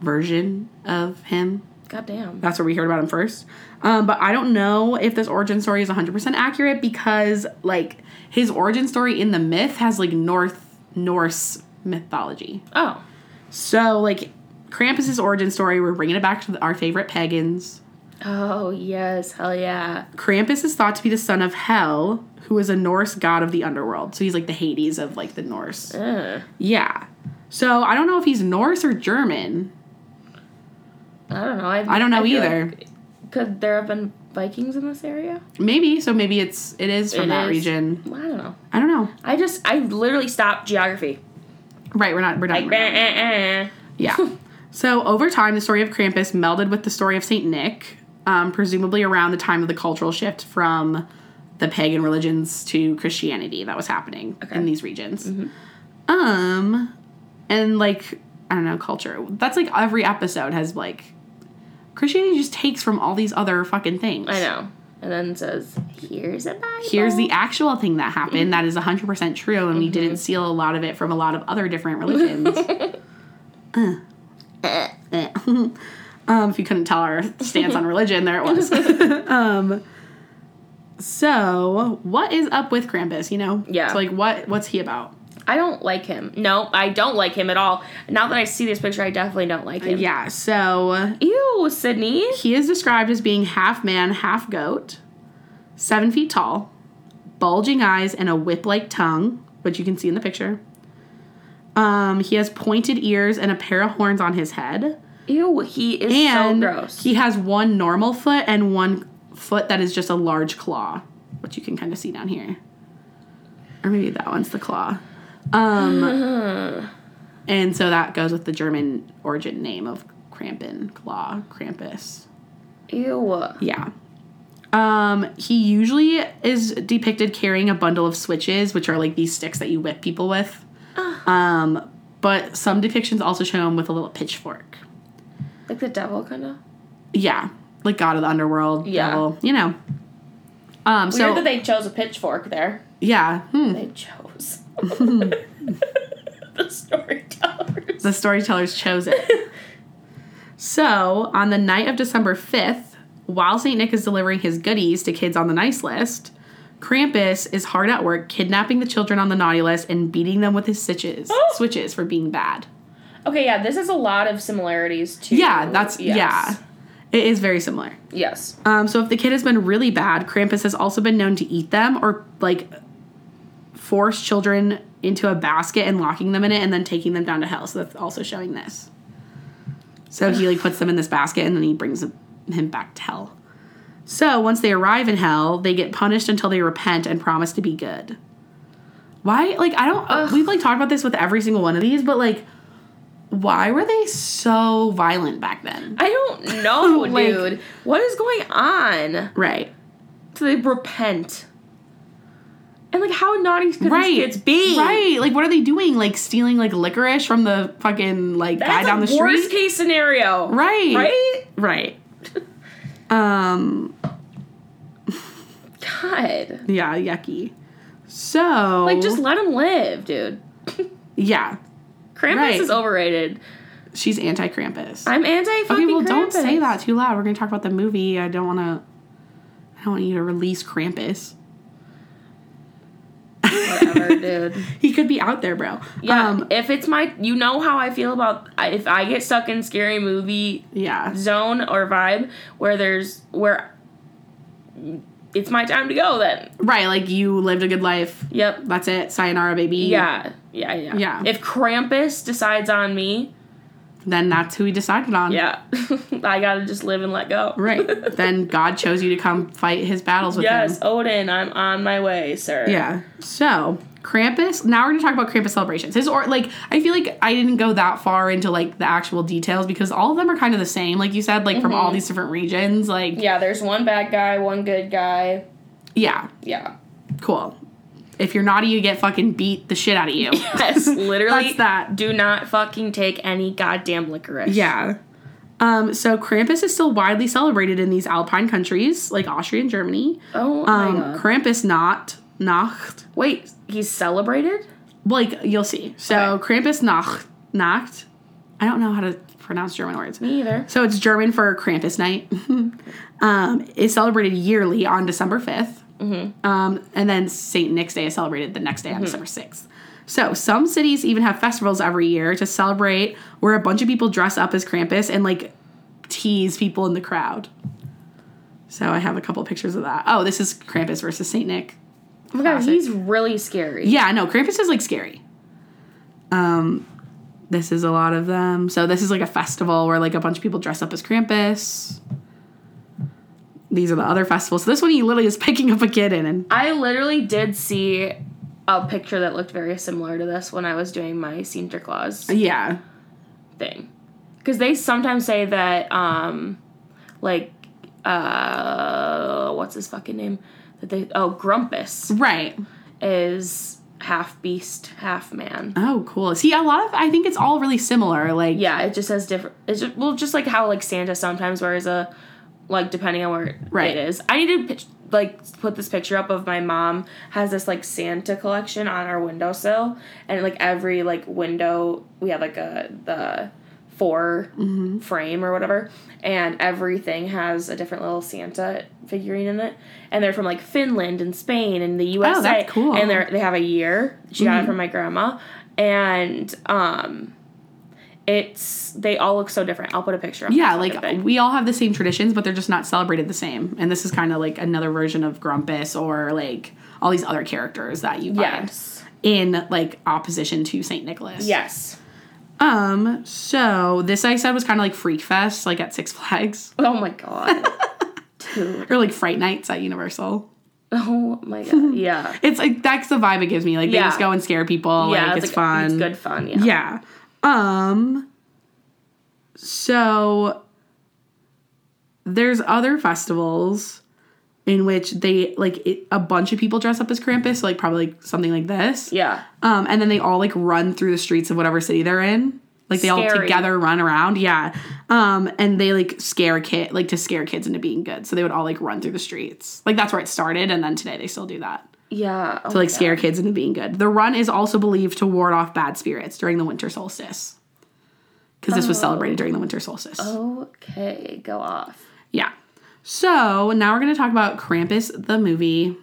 Speaker 2: version of him.
Speaker 1: Goddamn.
Speaker 2: That's where we heard about him first. Um, but I don't know if this origin story is 100% accurate because, like, his origin story in the myth has, like, North Norse mythology.
Speaker 1: Oh.
Speaker 2: So, like, Krampus's origin story, we're bringing it back to the- our favorite pagans.
Speaker 1: Oh yes, hell yeah.
Speaker 2: Krampus is thought to be the son of Hel, who is a Norse god of the underworld. So he's, like, the Hades of, like, the Norse.
Speaker 1: Ugh.
Speaker 2: Yeah. So I don't know if he's Norse or German.
Speaker 1: I don't know. I,
Speaker 2: I don't know
Speaker 1: feel
Speaker 2: either.
Speaker 1: like- could there have been Vikings in this area?
Speaker 2: Maybe. So maybe it's it is from
Speaker 1: It
Speaker 2: that
Speaker 1: is.
Speaker 2: region.
Speaker 1: Well, I don't know.
Speaker 2: I don't know.
Speaker 1: I just I literally stopped geography.
Speaker 2: Right. We're not. We're not.
Speaker 1: Like
Speaker 2: we're not-
Speaker 1: eh, eh, eh.
Speaker 2: Yeah. [LAUGHS] so over time, the story of Krampus melded with the story of Saint Nick, um, presumably around the time of the cultural shift from the pagan religions to Christianity that was happening in these regions.
Speaker 1: Mm-hmm.
Speaker 2: Um, and like I don't know, culture. That's like every episode has like Christianity just takes from all these other fucking things.
Speaker 1: I know. And then says, "Here's a Bible."
Speaker 2: Here's the actual thing that happened that is 100% true, and we didn't steal a lot of it from a lot of other different religions.
Speaker 1: Eh.
Speaker 2: Eh. [LAUGHS] um, if you couldn't tell our stance on religion, there it was. um, so, what is up with Krampus? You know,
Speaker 1: Yeah.
Speaker 2: So, like, what what's he about?
Speaker 1: I don't like him. No, I don't like him at all. Now that I see this picture, I definitely don't like him.
Speaker 2: Yeah, so
Speaker 1: Ew, Sydney.
Speaker 2: he is described as being half man, half goat, seven feet tall, bulging eyes, and a whip like tongue, which you can see in the picture. Um, he has pointed ears and a pair of horns on his head.
Speaker 1: Ew, he is
Speaker 2: And
Speaker 1: so gross.
Speaker 2: he has one normal foot and one foot that is just a large claw, which you can kind of see down here. Or maybe that one's the claw. Um,
Speaker 1: [LAUGHS]
Speaker 2: and so that goes with the German origin name of Krampin, Claw, Krampus.
Speaker 1: Ew.
Speaker 2: Yeah. Um, he usually is depicted carrying a bundle of switches, which are like these sticks that you whip people with.
Speaker 1: Ah.
Speaker 2: Um, but some depictions also show him with a little pitchfork.
Speaker 1: Like the devil, kind of.
Speaker 2: Yeah, like God of the Underworld.
Speaker 1: Yeah.
Speaker 2: devil, you know. Um.
Speaker 1: Weird
Speaker 2: So
Speaker 1: that they chose a pitchfork there.
Speaker 2: yeah, hmm,
Speaker 1: They [LAUGHS]
Speaker 2: [LAUGHS]
Speaker 1: chose. the storytellers.
Speaker 2: the storytellers
Speaker 1: [LAUGHS]
Speaker 2: chose it. so on the night of December fifth, while Saint Nick is delivering his goodies to kids on the nice list, Krampus is hard at work kidnapping the children on the naughty list and beating them with his switches,
Speaker 1: Oh.
Speaker 2: switches for being bad.
Speaker 1: Okay, yeah, this is a lot of similarities to.
Speaker 2: Yeah, that's
Speaker 1: Yes.
Speaker 2: yeah. It is very similar.
Speaker 1: Yes.
Speaker 2: Um, so if the kid has been really bad, Krampus has also been known to eat them or like force children into a basket and locking them in it and then taking them down to hell. So that's also showing this. So he like puts them in this basket and then he brings him- him back to hell. So once they arrive in hell, they get punished until they repent and promise to be good. Why? Like I don't. We've like talked about this with every single one of these, but like, why were they so violent back then?
Speaker 1: I don't know,
Speaker 2: [LAUGHS] Like-
Speaker 1: dude. What is going on?
Speaker 2: Right.
Speaker 1: So they repent. And like, how naughty could
Speaker 2: Right.
Speaker 1: these kids be?
Speaker 2: Right. Like, what are they doing? Like, stealing, like, licorice from the fucking, like, guy
Speaker 1: That's
Speaker 2: down
Speaker 1: the
Speaker 2: the street?
Speaker 1: worst case scenario.
Speaker 2: Right.
Speaker 1: Right.
Speaker 2: Right. [LAUGHS] um,
Speaker 1: God.
Speaker 2: yeah, yucky. So.
Speaker 1: Like, just let them live, dude.
Speaker 2: Yeah.
Speaker 1: Krampus
Speaker 2: Right.
Speaker 1: is overrated.
Speaker 2: She's anti Krampus.
Speaker 1: I'm anti fucking.
Speaker 2: Okay, well, don't
Speaker 1: Krampus.
Speaker 2: say that too loud. We're going to talk about the movie. I don't want to. I don't want you to release Krampus. [LAUGHS]
Speaker 1: Whatever, dude.
Speaker 2: He could be out there, bro.
Speaker 1: Yeah,
Speaker 2: Um,
Speaker 1: if it's my, you know how I feel about if I get stuck in scary movie
Speaker 2: yeah.
Speaker 1: zone or vibe where there's where it's my time to go. Then,
Speaker 2: Right. Like, you lived a good life.
Speaker 1: yep,
Speaker 2: That's it. Sayonara, baby.
Speaker 1: yeah, yeah, yeah,
Speaker 2: Yeah.
Speaker 1: If Krampus decides on me,
Speaker 2: Then that's who he decided on.
Speaker 1: yeah, [LAUGHS] I gotta just live and let go. [LAUGHS]
Speaker 2: Right. then God chose you to come fight his battles with
Speaker 1: yes,
Speaker 2: him.
Speaker 1: Odin, I'm on my way, sir.
Speaker 2: Yeah. So Krampus. Now we're gonna talk about Krampus celebrations. His or like I feel like I didn't go that far into like the actual details because all of them are kind of the same. Like you said, like from all these different regions. Like yeah.
Speaker 1: Mm-hmm. yeah. There's one bad guy, one good guy. Yeah.
Speaker 2: cool. If you're naughty, you get fucking beat the shit
Speaker 1: [LAUGHS]
Speaker 2: out of you.
Speaker 1: Yes, literally.
Speaker 2: [LAUGHS] That's that.
Speaker 1: Do not fucking take any goddamn licorice.
Speaker 2: Yeah. Um, so Krampus is still widely celebrated in these Alpine countries like Austria and Germany.
Speaker 1: Oh my
Speaker 2: Um,
Speaker 1: god.
Speaker 2: Krampus not Nacht
Speaker 1: Wait, he's celebrated?
Speaker 2: Like you'll see. So Krampus Nacht, Nacht. I don't know how to pronounce German words.
Speaker 1: Me either.
Speaker 2: So it's German for Krampus Night. um, is celebrated yearly on December 5th Um, and then Saint Nick's Day is celebrated the next day on December sixth. So some cities even have festivals every year to celebrate, where a bunch of people dress up as Krampus and like tease people in the crowd. So I have a couple pictures of that. Oh, this is Krampus versus Saint Nick.
Speaker 1: Oh my god,
Speaker 2: Classic.
Speaker 1: he's really scary.
Speaker 2: Yeah, no, Krampus is like scary. Um, this is a lot of them. So this is like a festival where like a bunch of people dress up as Krampus. These are the other festivals. So this one he literally is [LAUGHS] picking up a kid
Speaker 1: [LAUGHS]
Speaker 2: in and
Speaker 1: I literally did see a picture that looked very similar to this when I was doing my Santa Claus
Speaker 2: yeah.
Speaker 1: thing. Because they sometimes say that, um, like, uh, what's his fucking name? That they, oh, Grumpus
Speaker 2: Right.
Speaker 1: is half beast, half man.
Speaker 2: Oh, cool. See, a lot of I think it's all really similar. Like
Speaker 1: Yeah, it just has different. It's just, well, just like how like Santa sometimes wears a, like depending on where
Speaker 2: Right.
Speaker 1: it is. I need to pitch, like put this picture up of my mom has this like Santa collection on our windowsill, and like every like window we have like a the 4
Speaker 2: Mm-hmm.
Speaker 1: frame or whatever, and everything has a different little Santa figurine in it, and they're from like Finland and Spain and the USA.
Speaker 2: Oh, that's cool. Mm-hmm.
Speaker 1: And they're they have a year. She got it from my grandma, and um, it's they all look so different. I'll put a picture. Up
Speaker 2: Yeah,
Speaker 1: on the
Speaker 2: like oh,
Speaker 1: thing.
Speaker 2: we all have the same traditions, but they're just not celebrated the same. And this is kind of like another version of Grumpus or like all these other characters that you find
Speaker 1: yes,
Speaker 2: in like opposition to Saint Nicholas.
Speaker 1: yes.
Speaker 2: Um. So this I said was kind of like Freak Fest, like at Six Flags, [LAUGHS]
Speaker 1: Oh my god, dude.
Speaker 2: or like Fright Nights at Universal.
Speaker 1: Oh my god. Yeah.
Speaker 2: It's like that's the vibe it gives me. Like they
Speaker 1: Yeah.
Speaker 2: just go and scare people.
Speaker 1: yeah,
Speaker 2: like it's, fun.
Speaker 1: It's good fun. Yeah.
Speaker 2: Yeah. Um so there's other festivals in which they like it, a bunch of people dress up as Krampus, so, like probably like, something like this.
Speaker 1: Yeah.
Speaker 2: Um and then they all like run through the streets of whatever city they're in. Like they all
Speaker 1: Scary.
Speaker 2: together run around. Yeah. Um and they like scare kid like to scare kids into being good. So they would all like run through the streets. Like that's where it started and then today they still do that
Speaker 1: Yeah. Oh
Speaker 2: to like
Speaker 1: my
Speaker 2: scare kids into being good. The run is also believed to ward off bad spirits during the winter solstice. Because
Speaker 1: Oh.
Speaker 2: this was celebrated during the winter solstice.
Speaker 1: God. Okay, go off.
Speaker 2: Yeah. So now we're going to talk about Krampus the movie.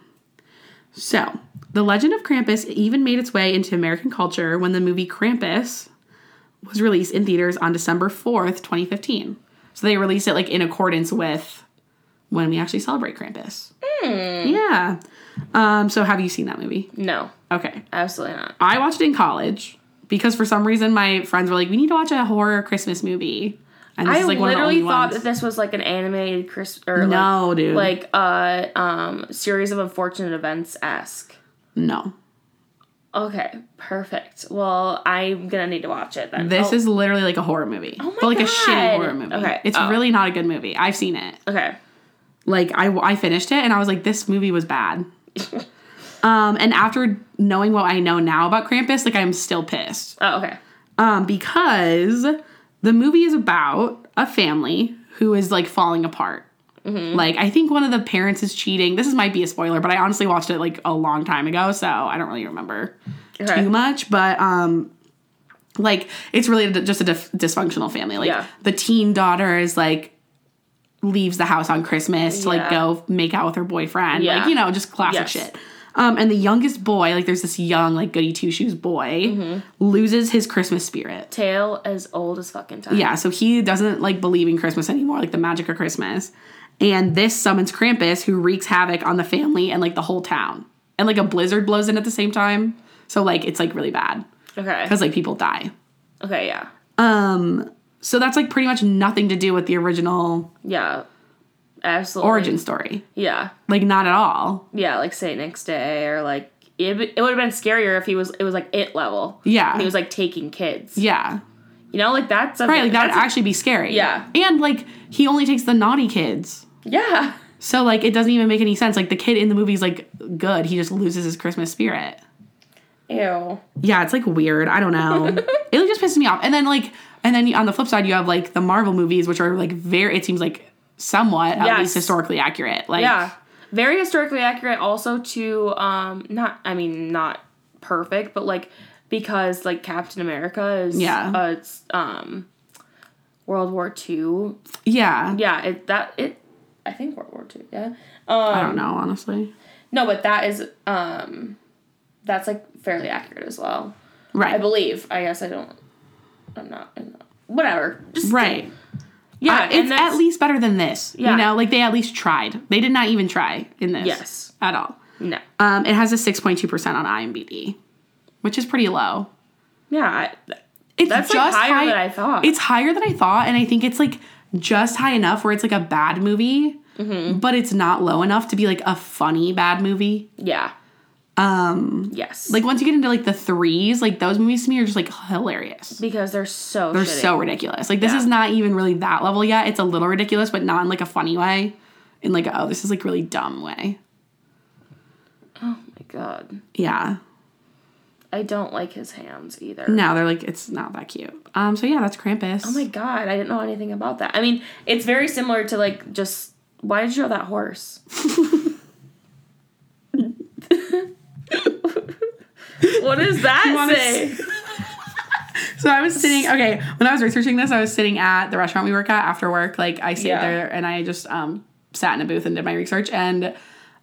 Speaker 2: So the legend of Krampus even made its way into American culture when the movie Krampus was released in theaters on December 4th, 2015. So they released it like in accordance with when we actually celebrate Krampus.
Speaker 1: Hmm.
Speaker 2: Yeah. Um, so have you seen that movie?
Speaker 1: No,
Speaker 2: Okay.
Speaker 1: absolutely not.
Speaker 2: I watched it in college because for some reason my friends were like, "We need to watch a horror Christmas movie," and this
Speaker 1: I
Speaker 2: is like one of the
Speaker 1: literally
Speaker 2: only
Speaker 1: thought
Speaker 2: ones.
Speaker 1: that this was like an animated Chris or
Speaker 2: no, dude,
Speaker 1: like, like uh um series of unfortunate events esque.
Speaker 2: no.
Speaker 1: Okay, perfect. Well, I'm gonna need to watch it then.
Speaker 2: This
Speaker 1: Oh,
Speaker 2: is literally like a horror movie,
Speaker 1: my
Speaker 2: but like a shitty
Speaker 1: God.
Speaker 2: horror movie.
Speaker 1: Okay.
Speaker 2: It's
Speaker 1: Oh.
Speaker 2: really not a good movie. I've seen it.
Speaker 1: okay.
Speaker 2: Like I, I finished it and I was like, this movie
Speaker 1: [LAUGHS]
Speaker 2: was bad. um, and after knowing what I know now about Krampus, like I'm still pissed.
Speaker 1: Oh, okay.
Speaker 2: um, because the movie is about a family who is like falling apart.
Speaker 1: Mm-hmm.
Speaker 2: Like, I think one of the parents is cheating. This is, might be a spoiler, but I honestly watched it like a long time ago, so I don't really remember
Speaker 1: Okay.
Speaker 2: too much. But, um, like, it's really d- just a dif- dysfunctional family. Like,
Speaker 1: Yeah.
Speaker 2: the teen daughter is like, leaves the house on Christmas to like
Speaker 1: Yeah.
Speaker 2: go make out with her boyfriend.
Speaker 1: Yeah.
Speaker 2: Like, you know, just classic
Speaker 1: Yes.
Speaker 2: shit. Um, and the youngest boy, like there's this young, like goody two shoes boy,
Speaker 1: Mm-hmm.
Speaker 2: loses his Christmas spirit.
Speaker 1: Tale as old as fucking time.
Speaker 2: Yeah, so he doesn't like believe in Christmas anymore, like the magic of Christmas. And this summons Krampus, who wreaks havoc on the family and like the whole town. And like a blizzard blows in at the same time. So like it's like really bad
Speaker 1: Okay.
Speaker 2: because like people die.
Speaker 1: Okay. Yeah.
Speaker 2: Um, so that's like pretty much nothing to do with the original
Speaker 1: Yeah. Absolutely.
Speaker 2: origin story.
Speaker 1: Yeah.
Speaker 2: Like not at all.
Speaker 1: Yeah, like Saint Nick's Day or like it, it would have been scarier if he was it was like it level.
Speaker 2: Yeah.
Speaker 1: He was like taking kids.
Speaker 2: Yeah.
Speaker 1: You know, like that's a,
Speaker 2: Right, like that would
Speaker 1: that's a-
Speaker 2: actually be scary.
Speaker 1: Yeah.
Speaker 2: And like he only takes the naughty kids.
Speaker 1: yeah.
Speaker 2: So like it doesn't even make any sense. Like the kid in the movie's like good. He just loses his Christmas spirit.
Speaker 1: Ew.
Speaker 2: Yeah, it's like weird. I
Speaker 1: [LAUGHS]
Speaker 2: don't know. it like, just pisses me off. And then like and then on the flip side you have like the Marvel movies which are like very it seems like somewhat at
Speaker 1: Yes.
Speaker 2: least historically accurate. Like
Speaker 1: Yeah. Very historically accurate also to um not I mean not perfect, but like because like Captain America is
Speaker 2: Yeah.
Speaker 1: uh, it's um World War Two.
Speaker 2: yeah.
Speaker 1: Yeah, it that it I think World War Two, yeah.
Speaker 2: I
Speaker 1: Um
Speaker 2: don't know, honestly.
Speaker 1: no, but that is um that's like fairly accurate as well. I
Speaker 2: Right.
Speaker 1: believe. I guess I don't. I'm not. I'm not whatever. Just
Speaker 2: Right.
Speaker 1: yeah.
Speaker 2: Uh, it's
Speaker 1: that's-
Speaker 2: at least better than this.
Speaker 1: Yeah.
Speaker 2: You know, like they at least tried. They did not even try in this.
Speaker 1: Yes.
Speaker 2: At all.
Speaker 1: no.
Speaker 2: Um, it has a 6.2% on IMDb, which is pretty low.
Speaker 1: Yeah, I, th-
Speaker 2: It's
Speaker 1: that's like
Speaker 2: just
Speaker 1: higher
Speaker 2: high,
Speaker 1: than I thought.
Speaker 2: It's higher than I thought, and I think it's like just high enough where it's like a bad movie,
Speaker 1: Mm-hmm.
Speaker 2: but it's not low enough to be like a funny bad movie.
Speaker 1: yeah.
Speaker 2: Um,
Speaker 1: Yes.
Speaker 2: like once you get into like the threes, like those movies to me are just like hilarious.
Speaker 1: because they're so.
Speaker 2: They're
Speaker 1: shitty.
Speaker 2: so ridiculous. Like this
Speaker 1: Yeah.
Speaker 2: is not even really that level yet. It's a little ridiculous, but not in like a funny way. In like a, oh, this is like really dumb way.
Speaker 1: Oh my god.
Speaker 2: Yeah.
Speaker 1: I don't like his hands either.
Speaker 2: No, they're like it's not that cute. Um. So yeah, that's Krampus.
Speaker 1: Oh my god. I didn't know anything about that. I mean, it's very similar to like just. Why did you have that
Speaker 2: [LAUGHS]
Speaker 1: horse? [LAUGHS] what does that
Speaker 2: wanna
Speaker 1: say?
Speaker 2: So I was sitting, okay, when I was researching this, I was sitting at the restaurant we work at after work. Like I stayed
Speaker 1: Yeah.
Speaker 2: there and I just um, sat in a booth and did my research. And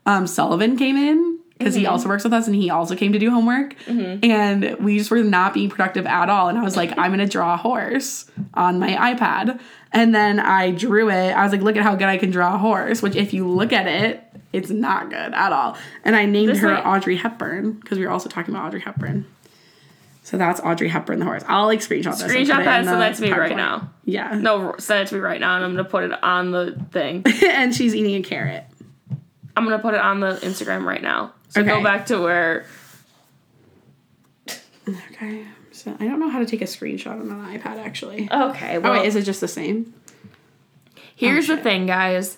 Speaker 2: um, Sullivan came in because
Speaker 1: Mm-hmm.
Speaker 2: he also works with us and he also came to do homework. And we just were not being productive at all. And I was like, I'm going to draw a horse on my iPad. And then I drew it. I was like, look at how good I can draw a horse, which if you look at it, it's not good at all. And I named her
Speaker 1: might-
Speaker 2: Audrey Hepburn because we were also talking about Audrey Hepburn. So that's Audrey Hepburn the horse. I'll like screenshot this. and put
Speaker 1: Screenshot
Speaker 2: it
Speaker 1: that
Speaker 2: in
Speaker 1: so
Speaker 2: the
Speaker 1: that's me right
Speaker 2: PowerPoint.
Speaker 1: now.
Speaker 2: Yeah.
Speaker 1: No, send it to me right now, and I'm gonna put it on the thing. [LAUGHS]
Speaker 2: [LAUGHS] and she's eating a carrot.
Speaker 1: I'm gonna put it on the Instagram right now. So
Speaker 2: Okay.
Speaker 1: go back to where.
Speaker 2: Okay. So I don't know how to take a screenshot on an iPad actually.
Speaker 1: Okay.
Speaker 2: Oh
Speaker 1: Uh, Well,
Speaker 2: wait, is it just the same?
Speaker 1: here's
Speaker 2: oh,
Speaker 1: the
Speaker 2: shit.
Speaker 1: thing, guys.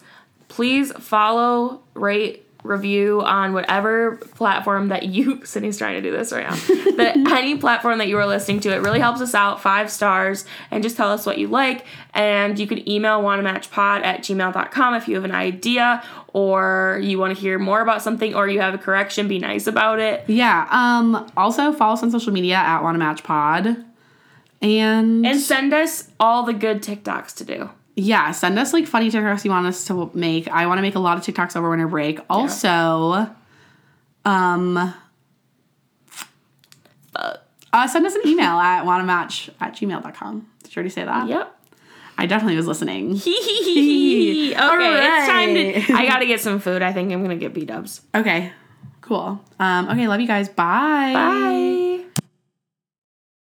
Speaker 1: Please follow, rate, review on whatever platform that you. [LAUGHS] Sydney's trying to do this right now. that any platform that you are listening to, it really helps us out. Five stars, and just tell us what you like. And you can email wannamatchpod at gmail.com if you have an idea or you want to hear more about something or you have a correction. Be nice about it.
Speaker 2: Yeah. Um also follow us on social media at Wanna Match Pod. And,
Speaker 1: And send us all the good TikToks to do.
Speaker 2: yeah, send us like funny TikToks you want us to make. I want to make a lot of TikToks over winter break. Also, um uh, send us an email at wannamatch at gmail.com. Did you already say that?
Speaker 1: Yep. [LAUGHS]
Speaker 2: I definitely was listening.
Speaker 1: okay, it's time
Speaker 2: Alright.
Speaker 1: to. I gotta get some food. I think I'm gonna get B dubs.
Speaker 2: Okay, cool. Um, okay, love you guys. Bye.
Speaker 1: Bye.